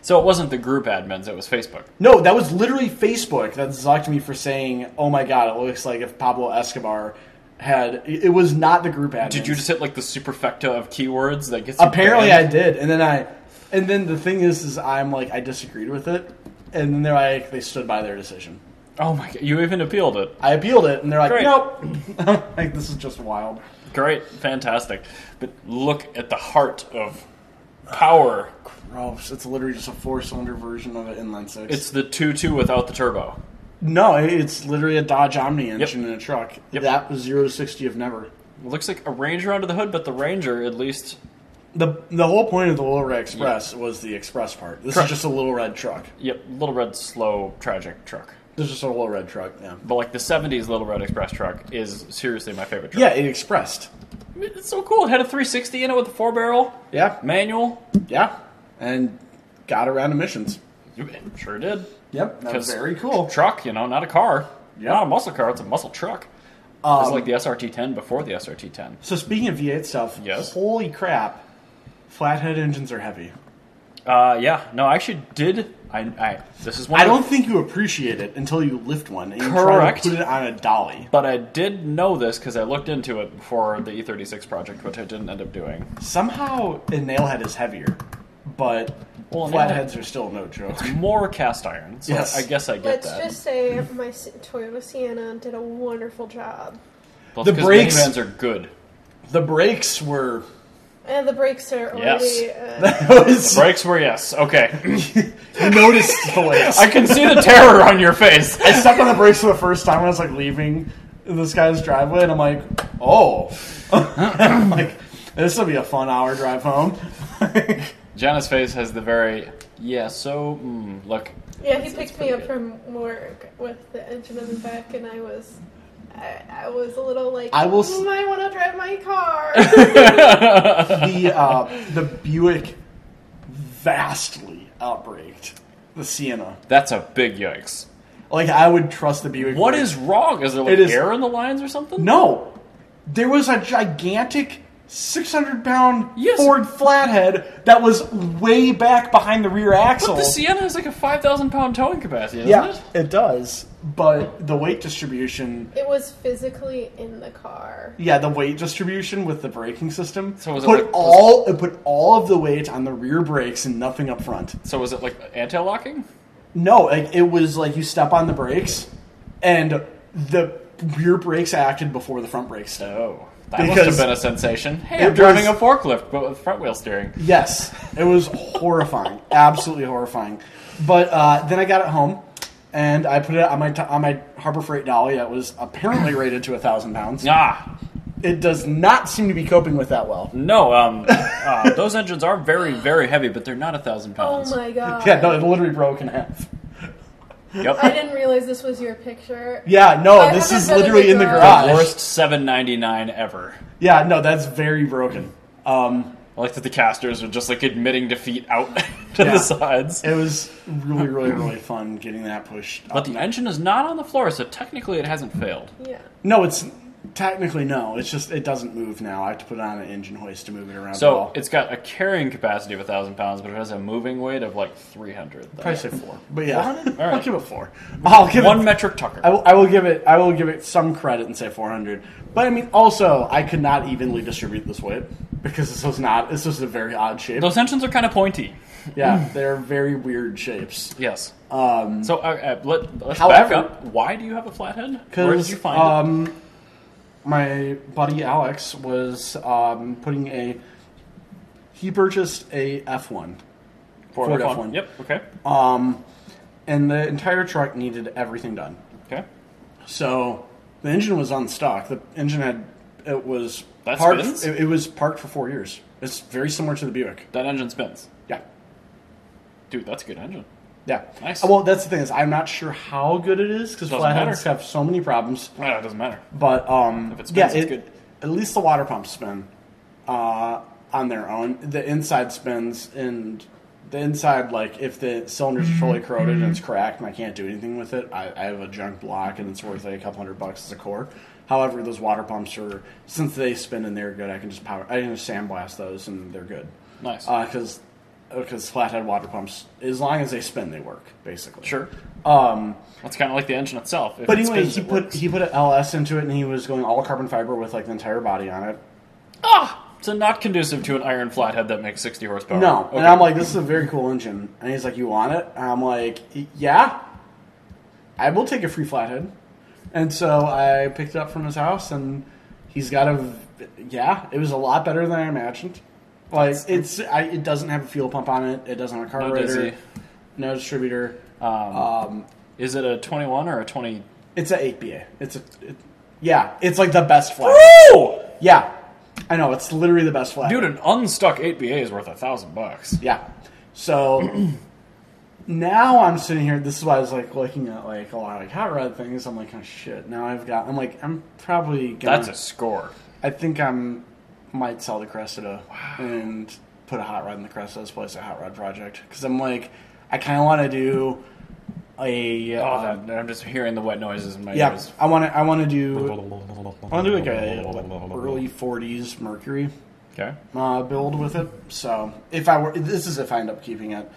Speaker 1: So it wasn't the group admins; it was Facebook.
Speaker 2: No, that was literally Facebook that zucked me for saying, "Oh my god, it looks like if Pablo Escobar had." It it was not the group admins.
Speaker 1: Did you just hit like the superfecta of keywords that gets? you
Speaker 2: Apparently, I
Speaker 1: banned?
Speaker 2: did, and then I, and then the thing is, is I'm like, I disagreed with it, and then they're like, they stood by their decision.
Speaker 1: Oh my god! You even appealed it.
Speaker 2: I appealed it, and they're like,
Speaker 1: Great.
Speaker 2: nope. I'm like this is just wild.
Speaker 1: Great, fantastic. But look at the heart of power.
Speaker 2: Gross. It's literally just a four-cylinder version of an inline six.
Speaker 1: It's the 2 2 without the turbo.
Speaker 2: no, it- it's literally a Dodge Omni engine in a truck.
Speaker 1: Yep.
Speaker 2: That was zero to sixty of never.
Speaker 1: It looks like a Ranger under the hood, but the Ranger, at least.
Speaker 2: The the whole point of the Little Red Express was the express part. This
Speaker 1: Correct.
Speaker 2: is just a little red truck.
Speaker 1: Yep, Little Red, slow, tragic truck.
Speaker 2: This is just a little red truck. Yeah.
Speaker 1: But like the 70s Little Red Express truck is seriously my favorite
Speaker 2: Yeah,
Speaker 1: truck.
Speaker 2: it expressed.
Speaker 1: Yeah. It's so cool. It had a 360 in it with a four barrel
Speaker 2: Yeah.
Speaker 1: manual.
Speaker 2: Yeah. And got around emissions.
Speaker 1: It Sure did.
Speaker 2: Yep. That was
Speaker 1: 'Cause
Speaker 2: very cool.
Speaker 1: Truck, you know, not a car.
Speaker 2: Yeah.
Speaker 1: Not a muscle car, it's a muscle truck. it's like the SRT 10 before the SRT 10.
Speaker 2: Um, So speaking of V8 stuff,
Speaker 1: Yes.
Speaker 2: holy crap, flathead engines are heavy.
Speaker 1: Uh, yeah, no, I actually did. I, I This is one
Speaker 2: I
Speaker 1: of the-
Speaker 2: don't think you appreciate it until you lift one and you
Speaker 1: Correct.
Speaker 2: try to put it on a dolly.
Speaker 1: But I did know this because I looked into it before the E36 project, which I didn't end up doing.
Speaker 2: Somehow a nailhead is heavier, but
Speaker 1: Well, a
Speaker 2: flatheads are still no joke.
Speaker 1: More cast iron, so
Speaker 2: Yes.
Speaker 1: I guess I get
Speaker 3: let's
Speaker 1: that.
Speaker 3: just say my S- Toyota Sienna did a wonderful job,
Speaker 1: Plus,
Speaker 2: The
Speaker 1: 'cause
Speaker 2: brakes-
Speaker 1: minivans are good.
Speaker 2: The brakes were.
Speaker 3: and the brakes are already.
Speaker 1: Yes.
Speaker 3: Uh,
Speaker 1: The brakes were yes. Okay,
Speaker 2: noticed the brakes.
Speaker 1: I can see the terror on your face.
Speaker 2: I stepped on the brakes for the first time when I was like leaving this guy's driveway, and I'm like, oh, I'm like this will be a fun hour drive home.
Speaker 1: Jana's face has the very yeah. So mm, look,
Speaker 3: yeah, he picked me
Speaker 1: pretty
Speaker 3: up
Speaker 1: good.
Speaker 3: from work with the engine in the back, and I was I, I was a little like,
Speaker 2: I will s-
Speaker 3: "Mm, I want to drive my car.
Speaker 2: the uh, the Buick vastly outbraked the Sienna.
Speaker 1: That's a big yikes.
Speaker 2: Like I would trust the Buick.
Speaker 1: What
Speaker 2: brakes.
Speaker 1: is wrong? Is there like
Speaker 2: It is-
Speaker 1: air in the lines or something?
Speaker 2: No, there was a gigantic. 600 pound
Speaker 1: Yes.
Speaker 2: Ford flathead that was way back behind the rear axle.
Speaker 1: But the Sienna has like a five thousand pound towing capacity, doesn't
Speaker 2: yeah,
Speaker 1: it?
Speaker 2: it does. But the weight distribution
Speaker 3: it was physically in the car.
Speaker 2: Yeah, the weight distribution with the braking system
Speaker 1: So was it
Speaker 2: put
Speaker 1: like-
Speaker 2: all it put all of the weight on the rear brakes and nothing up front.
Speaker 1: So was it like anti-locking?
Speaker 2: No, like it was like you step on the brakes, and the rear brakes acted before the front brakes did.
Speaker 1: Oh, that must have
Speaker 2: Because
Speaker 1: been a sensation. Hey,
Speaker 2: it
Speaker 1: I'm driving
Speaker 2: was-
Speaker 1: a forklift, but with front wheel steering.
Speaker 2: Yes, it was horrifying, absolutely horrifying. But uh, then I got it home, and I put it on my t- on my Harbor Freight dolly that was apparently rated to a thousand pounds.
Speaker 1: Ah,
Speaker 2: It does not seem to be coping with that well.
Speaker 1: no. Um, uh, those engines are very, very heavy, but they're not a thousand
Speaker 3: Oh
Speaker 1: pounds.
Speaker 3: my god.
Speaker 2: Yeah, no, it literally broke in half.
Speaker 1: Yep.
Speaker 3: I didn't realize this was your picture.
Speaker 2: Yeah, no,
Speaker 3: I
Speaker 2: this
Speaker 3: haven't
Speaker 2: is
Speaker 3: been in
Speaker 2: literally
Speaker 3: the
Speaker 2: in the
Speaker 3: garage.
Speaker 2: garage.
Speaker 1: The Ah, worst 799 ever.
Speaker 2: Yeah, no, that's very broken. Um,
Speaker 1: I like that the casters are just like admitting defeat out to
Speaker 2: Yeah.
Speaker 1: the sides.
Speaker 2: it was really, really, really fun getting that pushed.
Speaker 1: But the engine is not on the floor, so technically it hasn't failed.
Speaker 3: Yeah.
Speaker 2: no, it's technically no. It's just it doesn't move now. I have to put on an engine hoist to move it around. at
Speaker 1: So
Speaker 2: all.
Speaker 1: it's got a carrying capacity of 1,000 pounds, but it has a moving weight of like 300. then.
Speaker 2: probably say four, but yeah,
Speaker 1: All right.
Speaker 2: I'll give it four. I'll give
Speaker 1: One
Speaker 2: It,
Speaker 1: metric tucker.
Speaker 2: I will, I will give it. I will give it some credit and say four hundred. But I mean, also, I could not evenly distribute this weight because this was not. This was a very odd shape.
Speaker 1: Those engines are kind of pointy.
Speaker 2: Yeah, they're very weird shapes.
Speaker 1: Yes.
Speaker 2: Um,
Speaker 1: So uh, uh, let, let's
Speaker 2: However-
Speaker 1: back up. Why do you have a flathead? Where did
Speaker 2: Because
Speaker 1: you find it?
Speaker 2: um, my buddy Alex was um, putting a. He purchased a F one,
Speaker 1: Ford
Speaker 2: Ford
Speaker 1: F1.
Speaker 2: F1.
Speaker 1: Yep. Okay.
Speaker 2: um, and the entire truck needed everything done.
Speaker 1: Okay.
Speaker 2: So the engine was unstuck. The engine had it was
Speaker 1: That
Speaker 2: parked.
Speaker 1: spins?
Speaker 2: It, it was parked for four years. It's very similar to the Buick.
Speaker 1: That engine spins.
Speaker 2: Yeah,
Speaker 1: Dude, that's a good engine.
Speaker 2: yeah.
Speaker 1: Nice.
Speaker 2: Well, that's the thing is I'm not sure how good it is because
Speaker 1: Doesn't
Speaker 2: flatheads
Speaker 1: matter.
Speaker 2: have so many problems.
Speaker 1: Ah, it doesn't matter.
Speaker 2: But um,
Speaker 1: If it spins,
Speaker 2: yeah,
Speaker 1: it's
Speaker 2: it-
Speaker 1: good.
Speaker 2: At least the water pumps spin uh, on their own. The inside spins, and the inside, like if the cylinders are totally corroded and it's cracked, and I can't do anything with it, I, I have a junk block, and it's worth like a couple hundred bucks as a core. However, those water pumps are since they spin and they're good. I can just power. I can just sandblast those, and they're good. Uh,
Speaker 1: Nice.
Speaker 2: Because because flathead water pumps, as long as they spin, they work basically.
Speaker 1: sure.
Speaker 2: Um,
Speaker 1: That's kind of like the engine itself. If
Speaker 2: but
Speaker 1: it
Speaker 2: anyway,
Speaker 1: spins,
Speaker 2: he
Speaker 1: it
Speaker 2: put
Speaker 1: works.
Speaker 2: he put an LS into it, and he was going all carbon fiber with like the entire body on it.
Speaker 1: Ah! So not conducive to an iron flathead that makes 60 horsepower.
Speaker 2: No,
Speaker 1: Oh, Okay.
Speaker 2: and I'm like, this is a very cool engine, and he's like, you want it? And I'm like, "Y- yeah, I will take a free flathead. And so I picked it up from his house, and he's got a, v- yeah, it was a lot better than I imagined. Like it's, I, it doesn't have a fuel pump on it. It doesn't have a
Speaker 1: No
Speaker 2: carburetor,
Speaker 1: dizzy.
Speaker 2: no, distributor.
Speaker 1: Um,
Speaker 2: Um,
Speaker 1: is it a 21 or a 20?
Speaker 2: it's a 8BA. It's a, it, yeah, it's like the best flathead.
Speaker 1: Woo!
Speaker 2: Yeah, I know. It's literally the best flag.
Speaker 1: Dude, an unstuck 8BA is worth a thousand bucks.
Speaker 2: Yeah. So now I'm sitting here. This is why I was like looking at like a lot of like hot rod things. I'm like, oh shit. Now I've got. I'm like, I'm probably. Gonna,
Speaker 1: That's a score.
Speaker 2: I think I'm might sell the Cressida and put a hot rod in the Cressida's place a hot rod project because I'm like, I kind of want to do a.
Speaker 1: Oh,
Speaker 2: uh,
Speaker 1: that, I'm just hearing the wet noises in my
Speaker 2: yeah,
Speaker 1: ears.
Speaker 2: I want to. I want to do. I
Speaker 1: I'll
Speaker 2: want to do like a like, early '40s Mercury
Speaker 1: Okay.
Speaker 2: uh, build with it. So if I were, this is if I end up keeping it.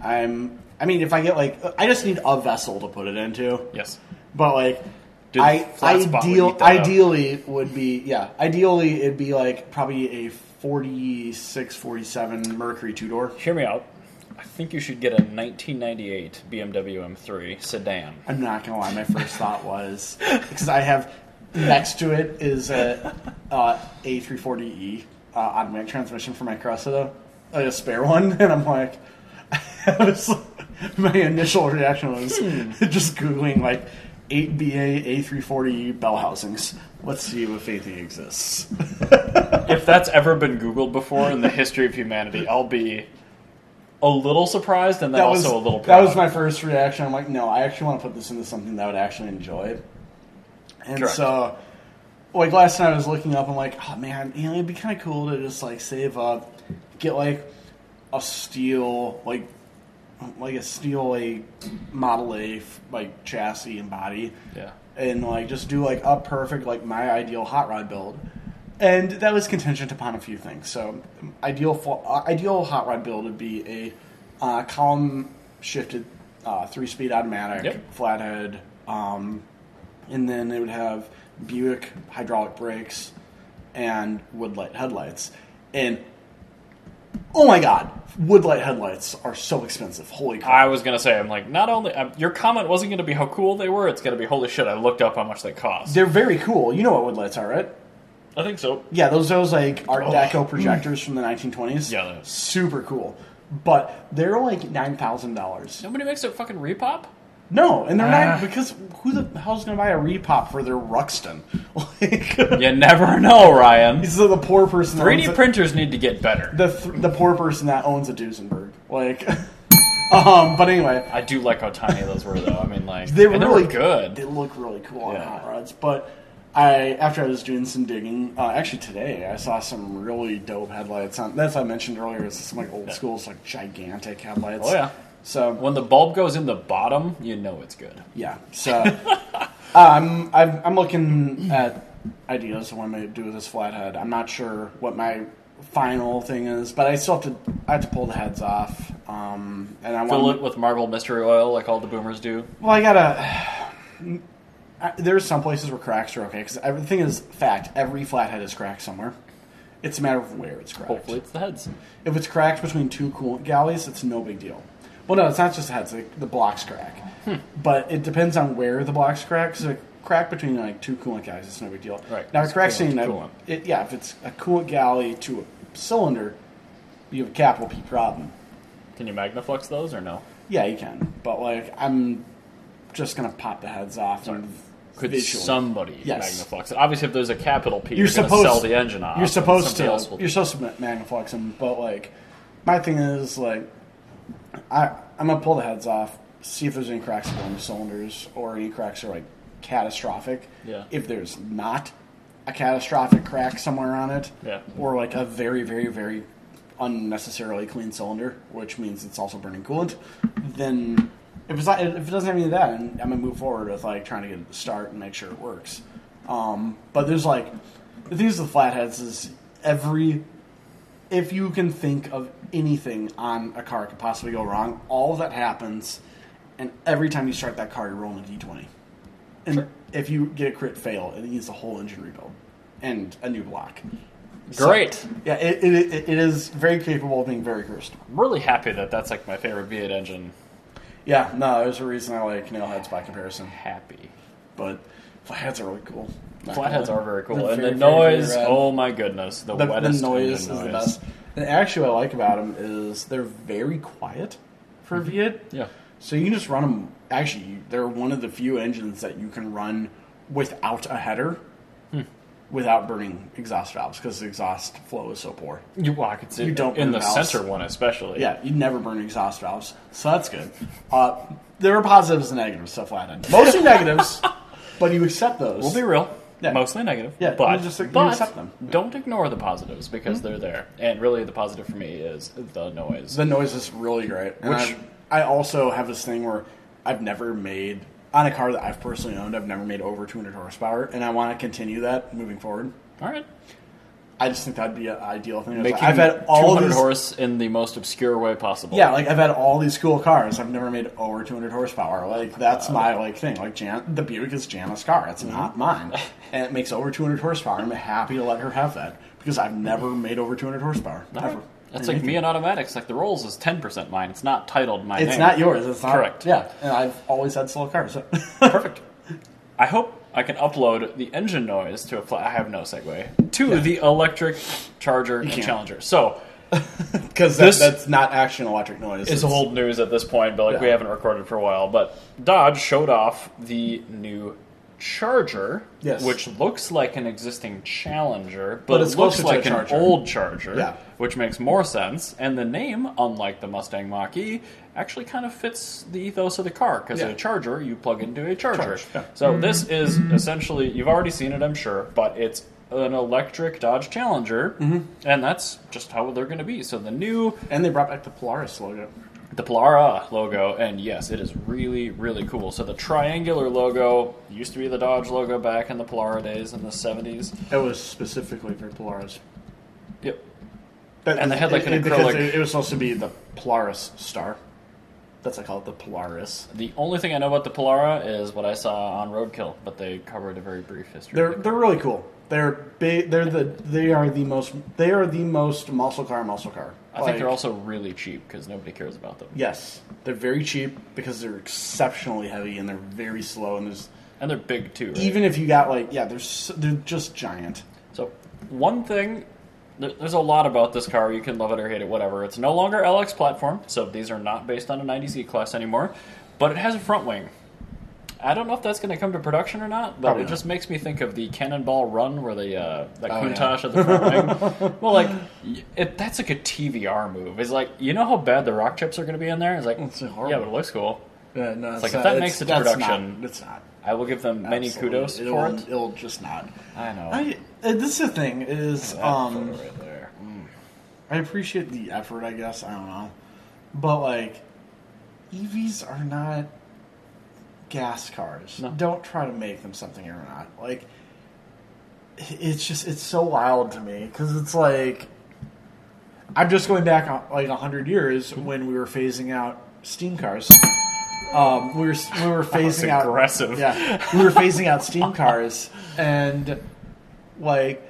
Speaker 2: I'm. I mean, if I get like, I just need a vessel to put it into.
Speaker 1: Yes.
Speaker 2: But like,
Speaker 1: Dude,
Speaker 2: I
Speaker 1: flat spot would
Speaker 2: ideal
Speaker 1: eat that up.
Speaker 2: ideally would be yeah. Ideally, it'd be like probably a 46, 47 Mercury two door.
Speaker 1: Hear me out. I think you should get a 1998 BMW M3 sedan.
Speaker 2: I'm not gonna lie. My first thought was because I have next to it is a uh, A340e uh, automatic transmission for my Cressida, like a spare one, and I'm like, I was, my initial reaction was just googling like 8BA A340e E bell housings. Let's see if anything E exists.
Speaker 1: If that's ever been Googled before in the history of humanity, I'll be a little surprised and then also a little
Speaker 2: that
Speaker 1: proud.
Speaker 2: was my first reaction. I'm like, no, I actually want to put this into something that I would actually enjoy. And
Speaker 1: Correct.
Speaker 2: so, like last night, I was looking up. I'm like, oh man, you know, it'd be kind of cool to just like save up, get like a steel, like like a steel a Model A f- like chassis and body,
Speaker 1: Yeah.
Speaker 2: and like just do like a perfect like my ideal hot rod build. And that was contingent upon a few things. So, ideal fo- uh, ideal hot rod build would be a uh, column shifted uh, three speed automatic
Speaker 1: Yep.
Speaker 2: flathead. Um, and then it would have Buick hydraulic brakes and woodlight headlights. And oh my god, woodlight headlights are so expensive. Holy crap!
Speaker 1: I was gonna say, I'm like, not only um, your comment wasn't gonna be how cool they were. It's gonna be holy shit. I looked up how much they cost.
Speaker 2: They're very cool. You know what woodlights are, right?
Speaker 1: I think so.
Speaker 2: Yeah, those those like Art
Speaker 1: Oh.
Speaker 2: Deco projectors from the 1920s.
Speaker 1: Yeah, those.
Speaker 2: super cool. But they're like nine thousand dollars.
Speaker 1: Nobody makes a fucking repop.
Speaker 2: No, and they're
Speaker 1: Ah.
Speaker 2: not because who the hell's going to buy a repop for their Ruxton? Like,
Speaker 1: You never know, Ryan.
Speaker 2: so the poor person. that owns
Speaker 1: 3D
Speaker 2: it-
Speaker 1: printers need to get better.
Speaker 2: the th- the poor person that owns a Duesenberg. Like, um, but anyway,
Speaker 1: I do like how tiny those were, though. I mean, like
Speaker 2: they
Speaker 1: and
Speaker 2: really
Speaker 1: were good.
Speaker 2: They look really cool on
Speaker 1: Yeah.
Speaker 2: hot rods. But I, after I was doing some digging, uh, actually today I saw some really dope headlights on. That's what I mentioned earlier. It's some like old school, it's like gigantic headlights.
Speaker 1: Oh, yeah.
Speaker 2: So
Speaker 1: When the bulb goes in the bottom, you know it's good.
Speaker 2: Yeah. So um, I'm I'm looking at ideas of what I'm gonna do with this flathead. I'm not sure what my final thing is, but I still have to I have to pull the heads off. Um, and I
Speaker 1: Fill
Speaker 2: want
Speaker 1: it with Marvel Mystery Oil, like all the boomers do.
Speaker 2: well, I gotta. I, there's some places where cracks are okay because everything is fact. Every flathead is cracked somewhere. It's a matter of where it's cracked.
Speaker 1: Hopefully, it's the heads.
Speaker 2: If it's cracked between two coolant galleys, it's no big deal. Well, no, it's not just the heads. Like, the blocks crack,
Speaker 1: Hmm.
Speaker 2: but it depends on where the blocks crack. So, a crack between like two coolant galleys, it's no big deal.
Speaker 1: Right,
Speaker 2: now, a
Speaker 1: it's
Speaker 2: crack
Speaker 1: coolant
Speaker 2: scene,
Speaker 1: to
Speaker 2: uh,
Speaker 1: coolant.
Speaker 2: it, yeah, if it's a coolant galley to a cylinder, you have a capital P problem.
Speaker 1: Can you magnaflux those or no?
Speaker 2: Yeah, you can, but like I'm just gonna pop the heads off and
Speaker 1: Could
Speaker 2: visually-
Speaker 1: somebody
Speaker 2: Yes.
Speaker 1: magnaflux? it? Obviously, if there's a capital P,
Speaker 2: You're
Speaker 1: you're, going to
Speaker 2: supposed-
Speaker 1: sell the engine off.
Speaker 2: You're
Speaker 1: and
Speaker 2: supposed
Speaker 1: somebody
Speaker 2: to.
Speaker 1: else will-
Speaker 2: You're supposed to magnaflux them, but like, my thing is like, I I'm gonna pull the heads off, see if there's any cracks in the cylinders or any cracks that are like catastrophic.
Speaker 1: Yeah.
Speaker 2: If there's not a catastrophic crack somewhere on it,
Speaker 1: Yeah.
Speaker 2: or like a very very very unnecessarily clean cylinder, which means it's also burning coolant, then. If, it's not, if it doesn't have any of that, and I'm gonna move forward with like trying to get it to start and make sure it works. Um, but there's like the thing is with flatheads is every if you can think of anything on a car could possibly go wrong, all of that happens, and every time you start that car, you're rolling a d20. And
Speaker 1: Sure.
Speaker 2: if you get a crit fail, it needs a whole engine rebuild and a new block.
Speaker 1: Great.
Speaker 2: Yeah, it, it, it, it is very capable of being very cursed.
Speaker 1: I'm really happy that that's like my favorite V8 engine.
Speaker 2: Yeah, no, there's a reason I like nailheads by comparison,
Speaker 1: Happy.
Speaker 2: but flatheads are really cool.
Speaker 1: Flatheads are very cool,
Speaker 2: They're
Speaker 1: and
Speaker 2: very,
Speaker 1: the
Speaker 2: very, very
Speaker 1: noise.
Speaker 2: rad.
Speaker 1: oh my goodness, the,
Speaker 2: the, the
Speaker 1: wettest
Speaker 2: noise is
Speaker 1: engine noise.
Speaker 2: the best. And actually, what I like about them is they're very quiet for
Speaker 1: Mm-hmm.
Speaker 2: a V8.
Speaker 1: Yeah.
Speaker 2: So you can just run them. Actually, you- they're one of the few engines that you can run without a header,
Speaker 1: Hmm.
Speaker 2: without burning exhaust valves because the exhaust flow is so poor.
Speaker 1: You, well, I could see
Speaker 2: You
Speaker 1: it
Speaker 2: don't
Speaker 1: in
Speaker 2: burn
Speaker 1: the
Speaker 2: valves.
Speaker 1: center one especially.
Speaker 2: Yeah, you never burn exhaust valves, so that's good. Uh, there are positives and negatives to flathead. Mostly negatives, but you accept those.
Speaker 1: We'll be real.
Speaker 2: Yeah.
Speaker 1: Mostly negative.
Speaker 2: Yeah, you
Speaker 1: but,
Speaker 2: just- you
Speaker 1: but
Speaker 2: accept them. Hmm.
Speaker 1: don't ignore the positives because they're there. And really, the positive for me is the noise.
Speaker 2: The noise is really great. And
Speaker 1: Which-
Speaker 2: I, I also have this thing where I've never made on a car that I've personally owned. I've never made over 200 horsepower, and I want to continue that moving forward.
Speaker 1: All right,
Speaker 2: I just think that'd be an ideal thing. It's like,
Speaker 1: making
Speaker 2: I've had all
Speaker 1: 200
Speaker 2: these,
Speaker 1: horse in the most obscure way possible.
Speaker 2: yeah, like I've had all these cool cars. I've never made over 200 horsepower. Like that's
Speaker 1: Uh-huh.
Speaker 2: my like thing. Like Jan, the Buick is Jana's car. It's
Speaker 1: Mm-hmm.
Speaker 2: not mine, and it makes over 200 horsepower. I'm happy to let her have that because I've never made over 200 horsepower.
Speaker 1: All
Speaker 2: Never.
Speaker 1: right. That's
Speaker 2: Mm-hmm.
Speaker 1: like me and automatics. Like the rolls is ten percent mine. It's not titled my
Speaker 2: It's
Speaker 1: name.
Speaker 2: not yours. It's not
Speaker 1: Correct.
Speaker 2: Yeah, and I've always had slow cars. So.
Speaker 1: Perfect. I hope I can upload the engine noise to a fla- I have no segue to the electric charger and
Speaker 2: can't.
Speaker 1: challenger. So
Speaker 2: Because
Speaker 1: This-
Speaker 2: that's not action electric noise.
Speaker 1: it's old news at this point, but like we
Speaker 2: Yeah.
Speaker 1: haven't recorded for a while. But Dodge showed off the new Charger,
Speaker 2: Yes.
Speaker 1: which looks like an existing Challenger, but,
Speaker 2: But
Speaker 1: it
Speaker 2: it's
Speaker 1: looks
Speaker 2: closer to
Speaker 1: like
Speaker 2: a
Speaker 1: an
Speaker 2: Charger.
Speaker 1: old Charger,
Speaker 2: Yeah.
Speaker 1: which makes more sense. And the name, unlike the Mustang Mach E, actually kind of fits the ethos of the car because
Speaker 2: Yeah.
Speaker 1: a Charger you plug into a Charger.
Speaker 2: Charge, yeah.
Speaker 1: So this is essentially you've already seen it, I'm sure, but it's an electric Dodge Challenger,
Speaker 2: Mm-hmm.
Speaker 1: and that's just how they're going to be. So the new
Speaker 2: And they brought back the Polaris logo.
Speaker 1: the Polara logo, and yes, it is really, really cool. So the triangular logo used to be the Dodge logo back in the Polara days in the 70s.
Speaker 2: It was specifically for Polaris.
Speaker 1: Yep.
Speaker 2: That-
Speaker 1: And they had, like, an
Speaker 2: it- it- because
Speaker 1: acrylic-
Speaker 2: It, it was supposed to be the Polaris star. That's what I call it, the Polaris.
Speaker 1: The only thing I know about the Polara is what I saw on Roadkill, but they covered a very brief history.
Speaker 2: They're they're really cool. They're big. They're the they are the most they are the most muscle car muscle car.
Speaker 1: I think they're
Speaker 2: Like,
Speaker 1: also really cheap because nobody cares about them.
Speaker 2: yes. They're very cheap because they're exceptionally heavy and they're very slow and there's
Speaker 1: And they're big too. Right?
Speaker 2: even if you got like yeah they're s- they're just giant.
Speaker 1: So, one thing, there- there's a lot about this car. You can love it or hate it, whatever. It's no longer LX platform, so these are not based on a 90Z class anymore. But it has a front wing. I don't know if that's going to come to production or not, but
Speaker 2: Probably
Speaker 1: it
Speaker 2: not.
Speaker 1: just makes me think of the Cannonball Run where they uh, the
Speaker 2: Oh, yeah.
Speaker 1: Countach at the front wing. Well, like y- it, that's like a TVR move. It's like you know how bad the rock chips are going to be in there. It's like
Speaker 2: It's horrible.
Speaker 1: yeah, but it looks cool.
Speaker 2: Uh, no, it's
Speaker 1: like, if
Speaker 2: not-
Speaker 1: that
Speaker 2: it's-
Speaker 1: makes it to
Speaker 2: that's
Speaker 1: production,
Speaker 2: not- it's not.
Speaker 1: I will give them many
Speaker 2: Absolutely.
Speaker 1: kudos
Speaker 2: it'll,
Speaker 1: for it.
Speaker 2: It'll just not.
Speaker 1: I know.
Speaker 2: I, uh, this is the thing is
Speaker 1: That photo
Speaker 2: um,
Speaker 1: right there.
Speaker 2: I appreciate the effort. I guess I don't know, but like EVs are not gas cars.
Speaker 1: No.
Speaker 2: Don't try to make them something or not. Like it's just it's so wild to me because it's like I'm just going back uh, like hundred years when we were phasing out steam cars. Um, we were we were phasing out
Speaker 1: aggressive.
Speaker 2: Yeah, we were phasing out steam cars, and like,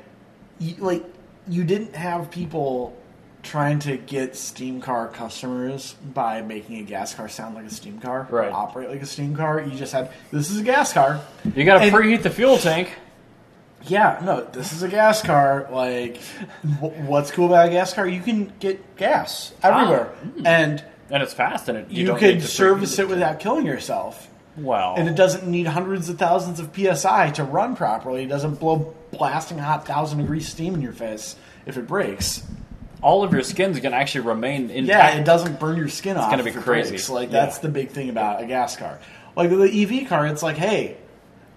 Speaker 2: you, like you didn't have people trying to get steam car customers by making a gas car sound like a steam car, or
Speaker 1: Right.
Speaker 2: Operate like a steam car. You just had this is a gas car.
Speaker 1: You got to
Speaker 2: And-
Speaker 1: preheat the fuel tank.
Speaker 2: Yeah, no, this is a gas car. Like, wh- what's cool about a gas car? You can get gas everywhere, and
Speaker 1: And it's fast, and it, Ah, hmm. you,
Speaker 2: you,
Speaker 1: don't need
Speaker 2: could
Speaker 1: to Oh.
Speaker 2: service
Speaker 1: preheat
Speaker 2: it without killing yourself.
Speaker 1: Well,
Speaker 2: And it doesn't need hundreds of thousands of psi to run properly. It doesn't blow blasting hot thousand degree steam in your face if it breaks.
Speaker 1: all of your skin's gonna actually remain
Speaker 2: Yeah,
Speaker 1: intact.
Speaker 2: it doesn't burn your skin off.
Speaker 1: gonna be
Speaker 2: if it
Speaker 1: crazy.
Speaker 2: breaks. Like
Speaker 1: Yeah.
Speaker 2: that's the big thing about a gas car. Like with the EV car, it's like, hey,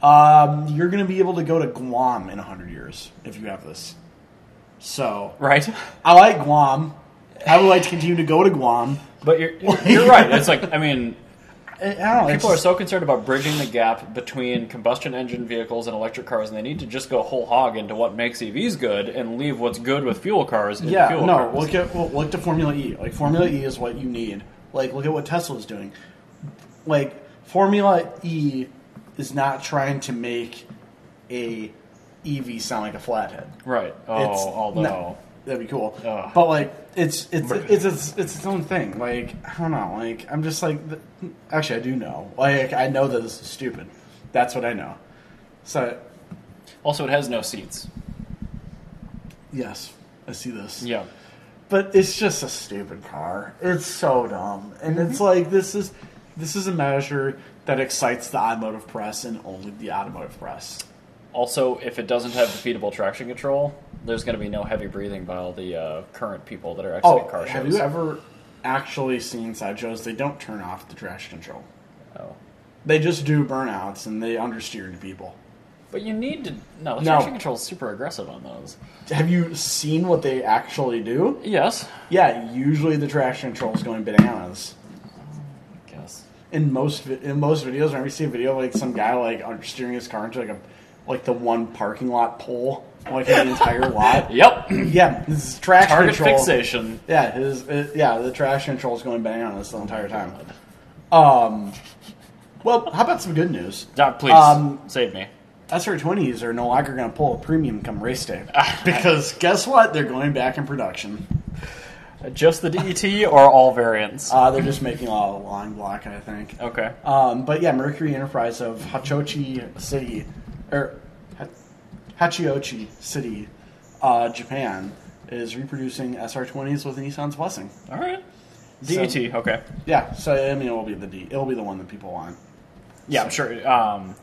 Speaker 2: um, you're going to be able to go to Guam in hundred years if you have this. So
Speaker 1: right.
Speaker 2: I like Guam. I would like to continue to go to Guam.
Speaker 1: But you're you're, you're right. It's like Eh, I mean,
Speaker 2: I I don't know. it's
Speaker 1: people are
Speaker 2: just-
Speaker 1: so concerned about bridging the gap between combustion engine vehicles and electric cars, and they need to just go whole hog into what makes EVs good and leave what's good with fuel cars. In
Speaker 2: Yeah,
Speaker 1: fuel
Speaker 2: no.
Speaker 1: cars.
Speaker 2: Look at well, look to Formula E. Like Formula E is what you need. Like look at what Tesla's doing. Like Formula E is not trying to make a EV sound like a flathead.
Speaker 1: right. Oh,
Speaker 2: It's-
Speaker 1: although uh,
Speaker 2: no, that'd be cool.
Speaker 1: Ugh.
Speaker 2: But like it's it's it's it's it's its own thing. Like I don't know. Like I'm just like th- actually I do know. Like I know that this is stupid. That's what I know. So
Speaker 1: also it has no seats.
Speaker 2: yes, I see this.
Speaker 1: Yeah.
Speaker 2: but it's just a stupid car. It's so dumb, and
Speaker 1: Mm-hmm.
Speaker 2: it's like this is this is a measure that excites the automotive press and only the automotive press.
Speaker 1: Also, if it doesn't have defeatable traction control, there's going to be no heavy breathing by all the uh, current people that are actually
Speaker 2: Oh,
Speaker 1: at car shows.
Speaker 2: have you ever actually seen side shows? They don't turn off the trash control.
Speaker 1: Oh.
Speaker 2: They just do burnouts and they understeer to people.
Speaker 1: But you need to no. the
Speaker 2: No.
Speaker 1: Traction control is super aggressive on those.
Speaker 2: Have you seen what they actually do?
Speaker 1: Yes.
Speaker 2: Yeah, usually the trash control is going bananas.
Speaker 1: I guess.
Speaker 2: in most vi- in most videos whenever you see a video of, like some guy like understeering his car into like a like the one parking lot pole like in the entire lot
Speaker 1: Yep.
Speaker 2: yeah this is trash
Speaker 1: Target
Speaker 2: control
Speaker 1: fixation.
Speaker 2: yeah his uh, yeah the trash control is going bananas the entire time um well how about some good news
Speaker 1: God, please
Speaker 2: Um,
Speaker 1: save me.
Speaker 2: sr20s are no longer going to pull a premium come race day because guess what they're going back in production
Speaker 1: Just the DET or all variants?
Speaker 2: uh, they're just making a long block i think
Speaker 1: okay.
Speaker 2: Um, but yeah, Mercury Enterprise of Hachochi City, or Ha- Hachiochi City, uh, Japan, is reproducing SR20s with Nissan's blessing.
Speaker 1: all right. DET. okay.
Speaker 2: Yeah, so I mean, it will be the D, it will be the one that people want.
Speaker 1: Yeah, I'm sure. Um,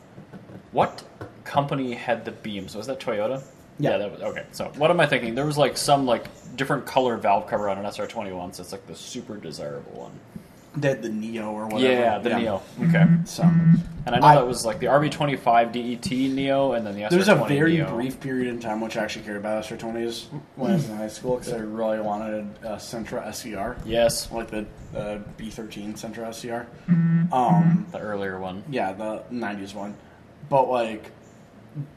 Speaker 1: What company had the beams? Was that Toyota?
Speaker 2: Yeah.
Speaker 1: that was, okay. So what am I thinking? There was like some like different color valve cover on an SR21, so it's like the super desirable one.
Speaker 2: They had the Neo or whatever.
Speaker 1: Yeah, the Neo. Okay.
Speaker 2: So
Speaker 1: And I know
Speaker 2: I-
Speaker 1: that was like the RB25 DET E Neo, and then the SR20
Speaker 2: there's a very
Speaker 1: Neo.
Speaker 2: brief period in time which I actually cared about SR 20s when I was in high school because I really wanted a Sentra SCR,
Speaker 1: Yes,
Speaker 2: like the uh, B13 Sentra SCR. Um,
Speaker 1: the earlier one.
Speaker 2: E yeah, the 90s one. But like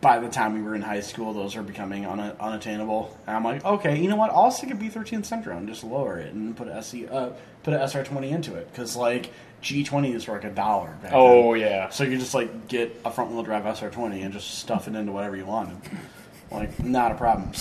Speaker 2: by the time we were in high school, those are becoming una- unattainable. And I'm like, okay, you know what? I'll stick a B13 Sentra and just lower it and put a SC, uh, put a SR20 into it because like G20s were like a dollar. Back
Speaker 1: Oh
Speaker 2: then.
Speaker 1: yeah.
Speaker 2: So you just like get a front wheel drive SR20 and just stuff it into whatever you wanted. Like not a problem.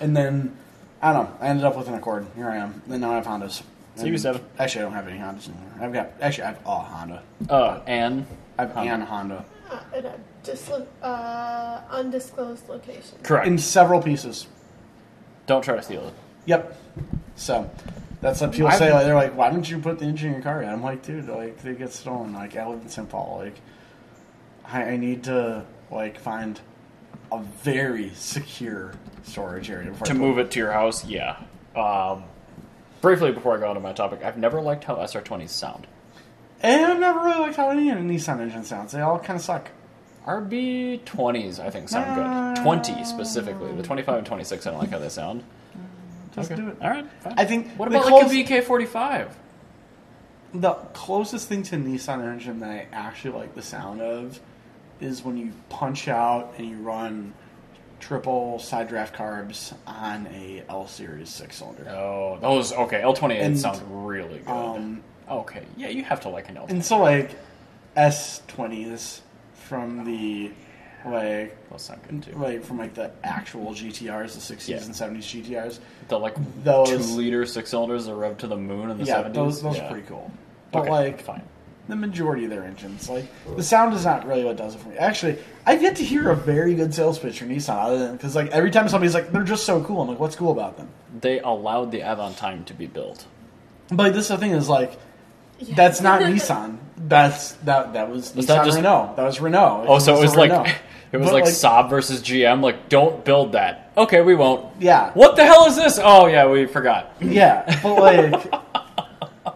Speaker 2: And then I don't know. I ended up with an Accord. Here I am. And now I have Hondas.
Speaker 1: So you
Speaker 2: And-
Speaker 1: seven.
Speaker 2: Actually, I don't have any Hondas anymore. I've got actually I have all Honda.
Speaker 1: Uh, and
Speaker 2: I have an Honda
Speaker 3: Uh, in a dislo- uh, undisclosed location.
Speaker 1: correct.
Speaker 2: in several pieces.
Speaker 1: Don't try to steal it.
Speaker 2: Yep. So that's what people
Speaker 1: I've-
Speaker 2: say. Like, they're like, "Why didn't you put the engine in your car?" yet?" I'm like, "Dude, like they get stolen. Like I live in St. Paul. Like I, I need to like find a very secure storage area before I
Speaker 1: to
Speaker 2: put-
Speaker 1: move it to your house, yeah. Um, briefly before I go on to my topic, I've never liked how SR20s sound.
Speaker 2: And I've never really liked how any Nissan engine sounds. They all kind of suck.
Speaker 1: RB20s, I think, sound good. 20 specifically. The 25 and 26, I don't like how they sound.
Speaker 2: Just do it.
Speaker 1: All right. Fine.
Speaker 2: I think
Speaker 1: What
Speaker 2: the
Speaker 1: about
Speaker 2: close-
Speaker 1: like a VK45?
Speaker 2: The closest thing to Nissan engine that I actually like the sound of is when you punch out and you run triple side draft carbs on a L series six cylinder.
Speaker 1: Oh, those, okay. L28s
Speaker 2: And,
Speaker 1: sound really good.
Speaker 2: Um,
Speaker 1: okay. Yeah, you have to like an L28.
Speaker 2: and so like S twenties from the like
Speaker 1: Those sound good too.
Speaker 2: like from like the actual GTRs, the sixties
Speaker 1: Yeah.
Speaker 2: and seventies GTRs.
Speaker 1: The like
Speaker 2: Those-
Speaker 1: two liter six cylinders that rev to the moon in the
Speaker 2: yeah,
Speaker 1: 70s.
Speaker 2: those those
Speaker 1: Yeah.
Speaker 2: are pretty cool. But
Speaker 1: Okay,
Speaker 2: like
Speaker 1: fine.
Speaker 2: the majority of their engines. Like the sound is not really what does it for me. Actually, I get to hear a very good sales pitch for Nissan, other than because like every time somebody's like, they're just so cool. I'm like, what's cool about them?
Speaker 1: They allowed the Avantime to be built.
Speaker 2: But like, this is the thing is like,
Speaker 3: Yeah.
Speaker 2: that's not Nissan. That's that that was
Speaker 1: Was
Speaker 2: Nissan
Speaker 1: that just-
Speaker 2: Renault. That was Renault.
Speaker 1: Oh, so it was
Speaker 2: a
Speaker 1: like
Speaker 2: Renault.
Speaker 1: it was
Speaker 2: But,
Speaker 1: like, Saab versus GM. Like, don't build that. Okay, we won't.
Speaker 2: yeah,
Speaker 1: What the hell is this? Oh yeah, we forgot.
Speaker 2: yeah. But like,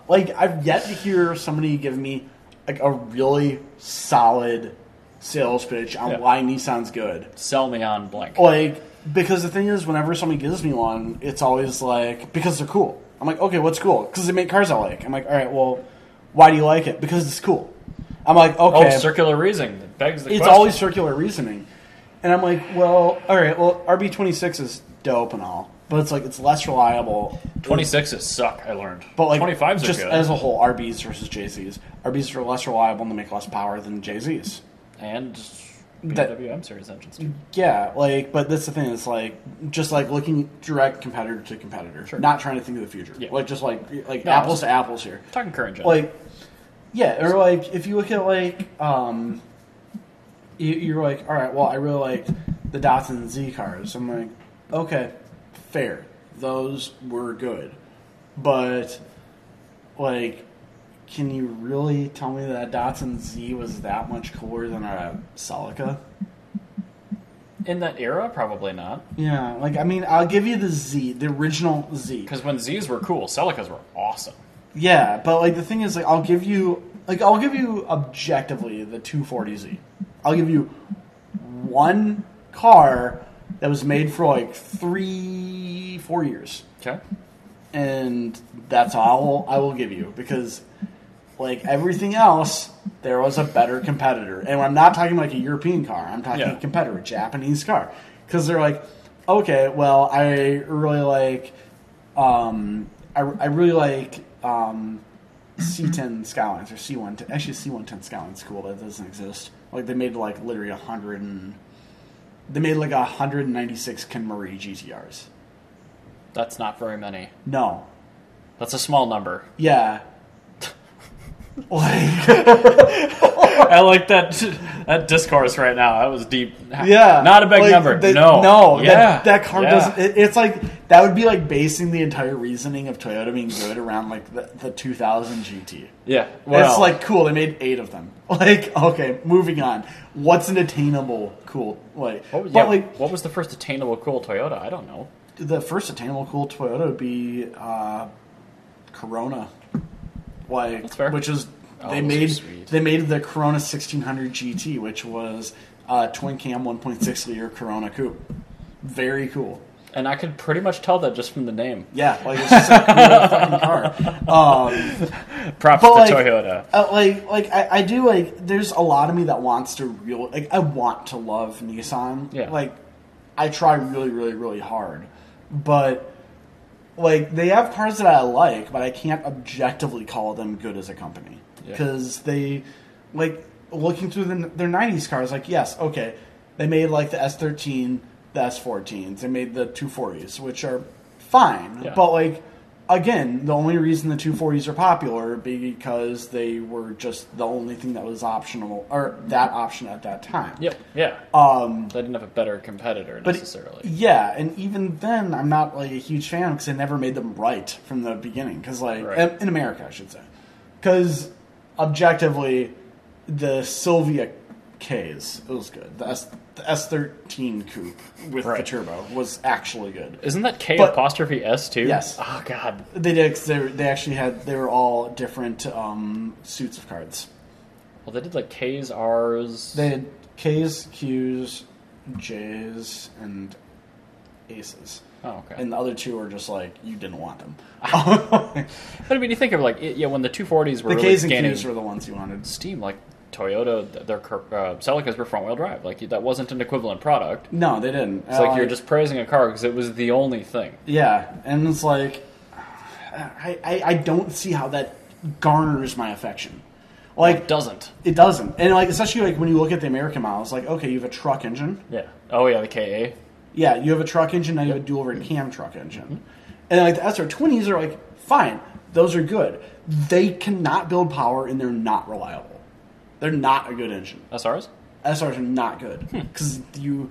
Speaker 2: like I've yet to hear somebody give me like a really solid sales pitch on
Speaker 1: Yeah.
Speaker 2: why Nissan's good.
Speaker 1: Sell me on blank.
Speaker 2: Like, because the thing is, whenever somebody gives me one, it's always like, because they're cool. I'm like, okay, what's cool? Because they make cars I like. I'm like, all right, well, why do you like it? Because it's cool. I'm like,
Speaker 1: oh,
Speaker 2: okay.
Speaker 1: circular reasoning that begs the
Speaker 2: it's
Speaker 1: question.
Speaker 2: always circular reasoning. And I'm like, well, all right, well, RB26 is dope and all, but it's like, it's less reliable.
Speaker 1: twenty sixes suck. I learned.
Speaker 2: But like,
Speaker 1: twenty fives are
Speaker 2: just
Speaker 1: good.
Speaker 2: as a whole, RBs versus JZs. RBs are less reliable and they make less power than JZs.
Speaker 1: and
Speaker 2: That-
Speaker 1: BMW M series engines too.
Speaker 2: Yeah, like, but that's the thing. It's like just like looking direct competitor to competitor,
Speaker 1: Sure.
Speaker 2: not trying to think of the future.
Speaker 1: Yeah.
Speaker 2: Like just like like
Speaker 1: No,
Speaker 2: apples
Speaker 1: it's-
Speaker 2: to apples here.
Speaker 1: Talking current gen.
Speaker 2: Like, yeah, or like if you look at like um, you, you're like, all right, well, I really like the Datsun Z cars. I'm like, okay, fair. Those were good, but like, can you really tell me that Datsun Z was that much cooler than a Celica?
Speaker 1: in that era, probably not.
Speaker 2: Yeah, like I mean, I'll give you the Z, the original Z.
Speaker 1: Because when Z's were cool, Celicas were awesome.
Speaker 2: Yeah, but like the thing is, like I'll give you, like I'll give you objectively the 240Z. I'll give you one car that was made for like three, four years,
Speaker 1: Okay.
Speaker 2: and that's all I will give you because, like everything else, there was a better competitor, and I'm not talking like a European car. I'm talking
Speaker 1: Yeah.
Speaker 2: a competitor, a Japanese car, because they're like, okay, well, I really like, um, I, I really like um, C10 Skylines or C1. Actually, C110 Skyline's cool, but it doesn't exist. Like they made like literally a hundred and they made like a hundred and ninety six Kenmari GTRs.
Speaker 1: That's not very many.
Speaker 2: No,
Speaker 1: That's a small number.
Speaker 2: yeah. like
Speaker 1: I like that that discourse right now. That was deep.
Speaker 2: yeah
Speaker 1: not a big
Speaker 2: Like,
Speaker 1: number.
Speaker 2: that-
Speaker 1: no,
Speaker 2: no
Speaker 1: yeah,
Speaker 2: that, that car
Speaker 1: yeah.
Speaker 2: doesn't it, it's like That would be like basing the entire reasoning of Toyota being good around like the, the 2000 GT.
Speaker 1: Yeah.
Speaker 2: it's like cool. They made eight of them. Like okay, moving on. What's an attainable cool? Like,
Speaker 1: Oh, yeah,
Speaker 2: but like
Speaker 1: what was the first attainable cool Toyota? I don't know.
Speaker 2: the first attainable cool Toyota would be uh, Corona, like
Speaker 1: That's fair.
Speaker 2: which is
Speaker 1: Oh, those
Speaker 2: they
Speaker 1: are
Speaker 2: made
Speaker 1: sweet.
Speaker 2: they made the Corona 1600 GT, which was a twin cam 1.6 liter Corona coupe. Very cool.
Speaker 1: And I could pretty much tell that just from the name.
Speaker 2: Yeah, like it's just a cool fucking car. Um,
Speaker 1: Props
Speaker 2: But,
Speaker 1: to
Speaker 2: like-
Speaker 1: Toyota.
Speaker 2: Uh, like, like I, I do like. There's a lot of me that wants to real. Like, I want to love Nissan.
Speaker 1: Yeah.
Speaker 2: Like, I try really, really, really hard, but like they have cars that I like, but I can't objectively call them good as a company
Speaker 1: Yeah.
Speaker 2: because they, like, looking through the, their '90s cars, like, yes, okay, they made like the S13, the S14s, they made the 240s, which are fine,
Speaker 1: Yeah.
Speaker 2: but like again, the only reason the 240s are popular because they were just the only thing that was optional or that option at that time.
Speaker 1: Yep. Yeah.
Speaker 2: Um,
Speaker 1: they didn't have a better competitor
Speaker 2: but
Speaker 1: necessarily.
Speaker 2: yeah, and even then, I'm not like a huge fan because I never made them right from the beginning. Because like
Speaker 1: Right.
Speaker 2: in- in America, I should say, because objectively, the Sylvia K's it was good. The S the S13 coupe with the
Speaker 1: Right.
Speaker 2: turbo was actually good.
Speaker 1: Isn't that K
Speaker 2: But-
Speaker 1: apostrophe S too?
Speaker 2: Yes.
Speaker 1: Oh God.
Speaker 2: They did. 'cause They, were- they actually had. They were all different um, suits of cards.
Speaker 1: Well, they did like K's, R's.
Speaker 2: They had K's, Q's, J's, and aces.
Speaker 1: oh, okay.
Speaker 2: And the other two are just like you didn't want them.
Speaker 1: but I mean, you think of like it- yeah, when the 240s were
Speaker 2: the
Speaker 1: really
Speaker 2: K's and
Speaker 1: gaining
Speaker 2: Q's were the ones you wanted.
Speaker 1: steam, like Toyota, th- their cur- uh, Celicas were front wheel drive. Like that wasn't an equivalent product.
Speaker 2: No, they didn't. Uh,
Speaker 1: It's like you're just praising a car because it was the only thing.
Speaker 2: yeah, and it's like I, I I don't see how that garners my affection. Like
Speaker 1: It doesn't.
Speaker 2: it doesn't, and like especially like when you look at the American model, it's like okay, you have a truck engine.
Speaker 1: Yeah. Oh yeah, the KA.
Speaker 2: Yeah, you have a truck engine, now you have a dual rear cam truck engine. And like the SR20s are like, fine, those are good. They cannot build power and they're not reliable. They're not a good engine.
Speaker 1: SRs.
Speaker 2: SRs are not good.
Speaker 1: Hmm.
Speaker 2: Because you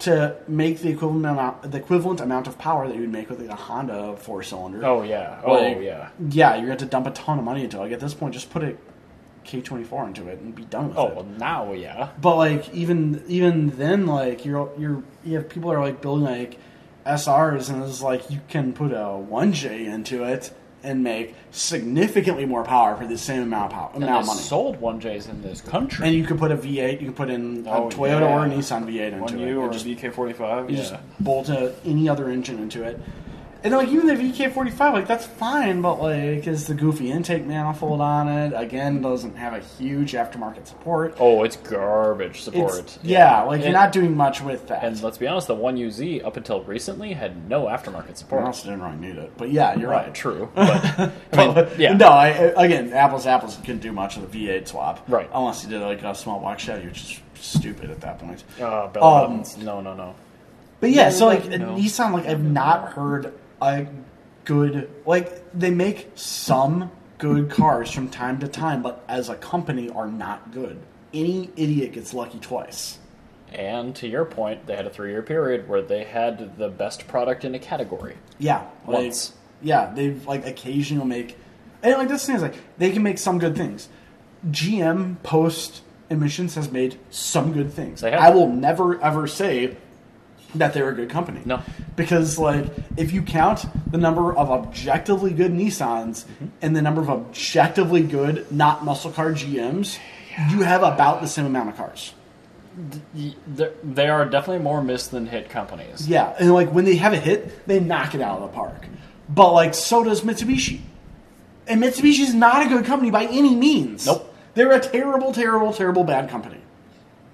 Speaker 2: to make the equivalent amount the equivalent amount of power that you would make with like a Honda four cylinder.
Speaker 1: Oh yeah. Oh
Speaker 2: Like,
Speaker 1: yeah.
Speaker 2: Yeah, you're gonna have to dump a ton of money into it. Like at this point just put a K twenty four into it and be done with
Speaker 1: Oh
Speaker 2: it.
Speaker 1: well, now yeah.
Speaker 2: But like even even then, like you're you're you have people are like building like SRs, and it's like you can put a one J into it and make significantly more power for the same amount of power,
Speaker 1: And
Speaker 2: amount
Speaker 1: they
Speaker 2: of money.
Speaker 1: sold one J's in this country.
Speaker 2: and you could put a V8, you could put in a
Speaker 1: Oh,
Speaker 2: Toyota
Speaker 1: yeah.
Speaker 2: or a Nissan V8 into
Speaker 4: One
Speaker 2: it.
Speaker 4: U
Speaker 2: and
Speaker 4: or a
Speaker 2: just,
Speaker 4: VK45.
Speaker 2: you
Speaker 4: Yeah.
Speaker 2: just bolt a, any other engine into it. And like even the VK45, like that's fine, but like is the goofy intake manifold on it again? Doesn't have a huge aftermarket support.
Speaker 1: oh, it's garbage
Speaker 2: It's-
Speaker 1: support.
Speaker 2: yeah, like you're
Speaker 1: And-
Speaker 2: not doing much with that.
Speaker 1: And let's be honest, the One UZ up until recently had no aftermarket
Speaker 2: Or
Speaker 1: support.
Speaker 2: else didn't really need it. But yeah, you're right.
Speaker 1: True, but I mean, yeah,
Speaker 2: No, I, I- again, apples to apples couldn't do much with a V8 swap.
Speaker 1: Right.
Speaker 2: Unless you did like a small block Chevy, which is stupid at that point.
Speaker 1: Uh, bell
Speaker 2: Um,
Speaker 1: buttons. No, no, no.
Speaker 2: But yeah, so like
Speaker 1: No.
Speaker 2: Nissan, like I've not heard a good like they make some good cars from time to time, but as a company are not good. Any idiot gets lucky twice.
Speaker 1: And to your point, they had a three-year period where they had the best product in a category.
Speaker 2: Yeah, like,
Speaker 1: Once.
Speaker 2: Yeah, they've like occasionally make, and like this thing is like they can make some good things. GM post emissions has made some good things.
Speaker 1: They have.
Speaker 2: I will never ever say that they're a good company.
Speaker 1: No.
Speaker 2: because like if you count the number of objectively good Nissans
Speaker 1: Mm-hmm.
Speaker 2: and the number of objectively good not muscle car GMs, you have about the same amount of cars.
Speaker 1: Y- they're- They are definitely more missed than hit companies.
Speaker 2: Yeah, and like when they have a hit, they knock it out of the park. But like so does Mitsubishi. And Mitsubishi is not a good company by any means.
Speaker 1: Nope.
Speaker 2: They're a terrible, terrible, terrible bad company.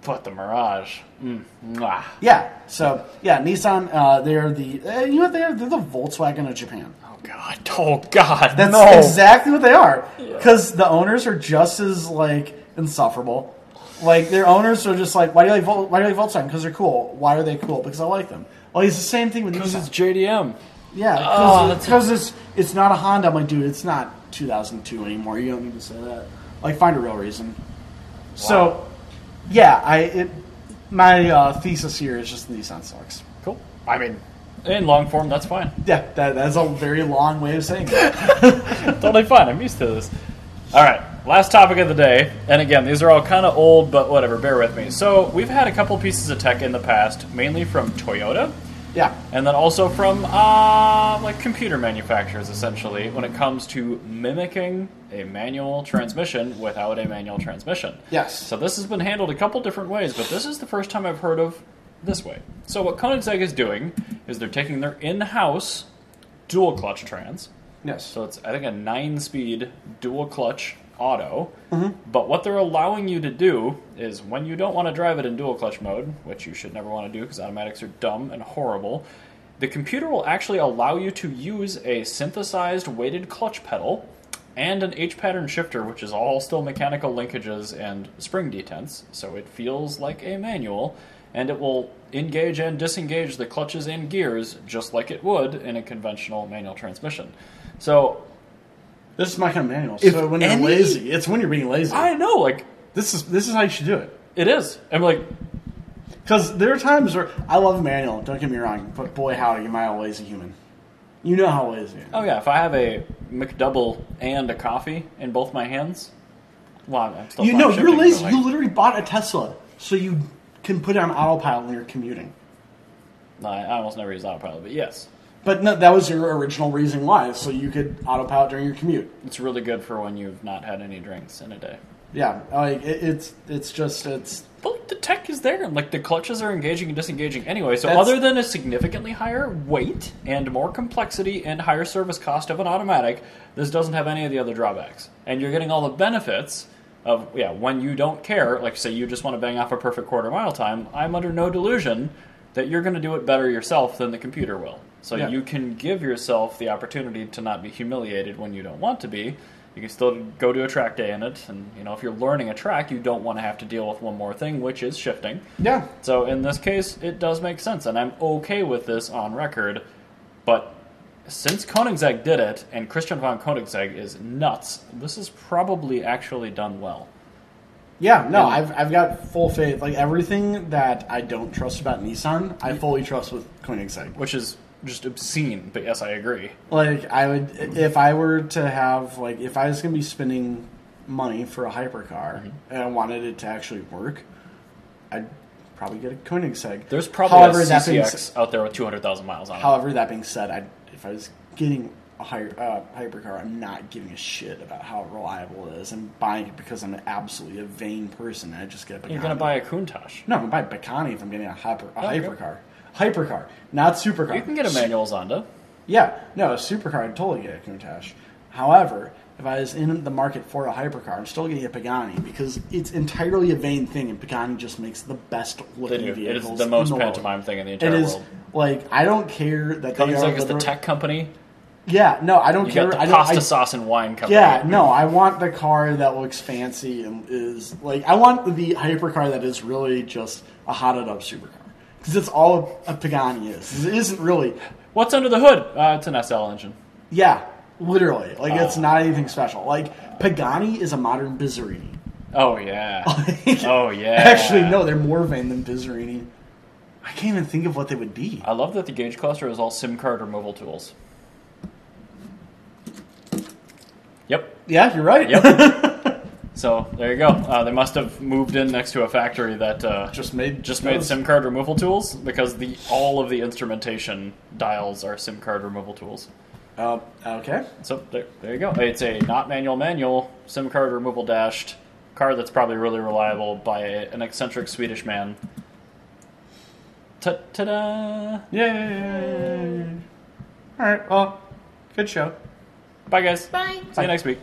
Speaker 1: But the Mirage, mm, mwah.
Speaker 2: Yeah. So yeah, Nissan. Uh, they're the uh, you know what they are? They're the Volkswagen of Japan.
Speaker 1: oh god, oh god,
Speaker 2: That's
Speaker 1: no.
Speaker 2: exactly what they are. Because the owners are just as like insufferable. Like their owners are just like, why do you like Vol- why do you like Volkswagen? Because they're cool. Why are they cool? Because I like them. Well, it's the same thing with
Speaker 1: This
Speaker 2: Nissan.
Speaker 1: is JDM.
Speaker 2: Yeah,
Speaker 1: Oh, that's-
Speaker 2: because it's it's not a Honda. I'm like, dude, it's not 2002 anymore. You don't need to say that. Like, find a real reason. So, yeah, I it, my uh, thesis here is just Nissan sucks.
Speaker 1: Cool. I mean, In long form, that's fine.
Speaker 2: Yeah, that, that's a very long way of saying that.
Speaker 1: totally fine. I'm used to this. All right, last topic of the day, and again, these are all kind of old, but whatever. Bear with me. So we've had a couple pieces of tech in the past, mainly from Toyota,
Speaker 2: Yeah.
Speaker 1: and then also from uh, like computer manufacturers, essentially, when it comes to mimicking a manual transmission without a manual transmission.
Speaker 2: Yes.
Speaker 1: So this has been handled a couple different ways, but this is the first time I've heard of this way. So what Koenigsegg is doing is they're taking their in-house dual clutch trans.
Speaker 2: yes.
Speaker 1: So it's I think a nine-speed dual clutch auto. But what they're allowing you to do is when you don't want to drive it in dual clutch mode, which you should never want to do because automatics are dumb and horrible, the computer will actually allow you to use a synthesized weighted clutch pedal and an H pattern shifter, which is all still mechanical linkages and spring detents, so it feels like a manual, and it will engage and disengage the clutches and gears just like it would in a conventional manual transmission. So
Speaker 2: This is my kind of manual.
Speaker 5: If
Speaker 2: so when you're
Speaker 5: any-
Speaker 2: lazy, it's when you're being lazy.
Speaker 1: I know, like
Speaker 2: this is this is how you should do it.
Speaker 1: it is. I'm like,
Speaker 2: Because there are times where I love manual. Don't get me wrong, but boy, howdy, am I a lazy human? You know how lazy. I am.
Speaker 1: oh yeah, if I have a McDouble and a coffee in both my hands, well, I'm still
Speaker 2: You
Speaker 1: fine
Speaker 2: know,
Speaker 1: shifting,
Speaker 2: you're
Speaker 1: but,
Speaker 2: lazy.
Speaker 1: like,
Speaker 2: You literally bought a Tesla so you can put it on autopilot when you're commuting.
Speaker 1: no, I I almost never use autopilot, but yes,
Speaker 2: But no, that was your original reason why, so you could autopilot during your commute.
Speaker 1: it's really good for when you've not had any drinks in a day.
Speaker 2: Yeah, like it, it's it's just it's
Speaker 1: But the tech is there. Like the clutches are engaging and disengaging anyway. So
Speaker 2: That's-
Speaker 1: other than a significantly higher weight and more complexity and higher service cost of an automatic, this doesn't have any of the other drawbacks. And you're getting all the benefits of yeah, when you don't care, like say you just want to bang off a perfect quarter mile time, I'm under no delusion that you're going to do it better yourself than the computer will. So
Speaker 2: Yeah.
Speaker 1: you can give yourself the opportunity to not be humiliated when you don't want to be. You can still go to a track day in it, and you know if you're learning a track, you don't want to have to deal with one more thing, which is shifting.
Speaker 2: yeah.
Speaker 1: So in this case, it does make sense, and I'm okay with this on record. But since Koenigsegg did it, and Christian von Koenigsegg is nuts, this is probably actually done well.
Speaker 2: Yeah, no,
Speaker 1: And-
Speaker 2: I've, I've got full faith. Like everything that I don't trust about Nissan, I fully trust with Koenigsegg.
Speaker 1: which is just obscene. But yes, I agree.
Speaker 2: Like I would, if I were to have, like, if I was going to be spending money for a hypercar
Speaker 1: Mm-hmm.
Speaker 2: and I wanted it to actually work, I'd probably get a Koenigsegg.
Speaker 1: There's probably a
Speaker 2: that being s-
Speaker 1: CCX out there with 200,000 miles on it.
Speaker 2: however, that being said, I if I was getting a higher, uh, hypercar, I'm not giving a shit about how reliable it is. I'm buying it because I'm absolutely a vain person. and I just get.
Speaker 1: You're gonna
Speaker 2: Pagani.
Speaker 1: buy a Countach.
Speaker 2: No, I'm gonna buy a Bacani if I'm getting a hyper a
Speaker 1: Okay.
Speaker 2: hypercar. Hypercar, not supercar.
Speaker 1: You can get a manual Zonda.
Speaker 2: Yeah, no, a supercar I'd totally get a Countach. However, if I was in the market for a hypercar, I'm still getting a Pagani because it's entirely a vain thing, and Pagani just makes the best
Speaker 1: They
Speaker 2: looking
Speaker 1: do. It
Speaker 2: vehicles.
Speaker 1: is the
Speaker 2: in
Speaker 1: most
Speaker 2: world.
Speaker 1: pantomime thing in the
Speaker 2: It
Speaker 1: entire
Speaker 2: is
Speaker 1: world.
Speaker 2: like I don't care that they are
Speaker 1: Koenigsegg is the
Speaker 2: literal-
Speaker 1: tech company.
Speaker 2: Yeah, no, I don't
Speaker 1: You
Speaker 2: care.
Speaker 1: got the
Speaker 2: I don't,
Speaker 1: pasta
Speaker 2: I-
Speaker 1: sauce and wine company.
Speaker 2: yeah, no, I want the car that looks fancy and is like I want the hypercar that is really just a hotted up supercar because it's all a Pagani is. It isn't really,
Speaker 1: What's under the hood? Uh, it's an SL engine.
Speaker 2: yeah, literally like it's
Speaker 1: Oh.
Speaker 2: not anything special. Like Pagani is a modern Bizzarini.
Speaker 1: Oh yeah. oh yeah.
Speaker 2: Actually, no, they're more vain than Bizzarini. I can't even think of what they would be.
Speaker 1: I love that the gauge cluster is all SIM card removal tools. Yep.
Speaker 2: Yeah, you're right.
Speaker 1: Yep. so there you go. Uh, they must have moved in next to a factory that uh,
Speaker 2: just made
Speaker 1: just made
Speaker 2: those-
Speaker 1: SIM card removal tools because the all of the instrumentation dials are SIM card removal tools.
Speaker 2: Uh, okay.
Speaker 1: So there, there you go. It's a not manual manual SIM card removal dashed car that's probably really reliable by a, an eccentric Swedish man. Ta da!
Speaker 2: Yay! All right. Well, good show.
Speaker 1: Bye guys.
Speaker 6: Bye.
Speaker 1: See you next week.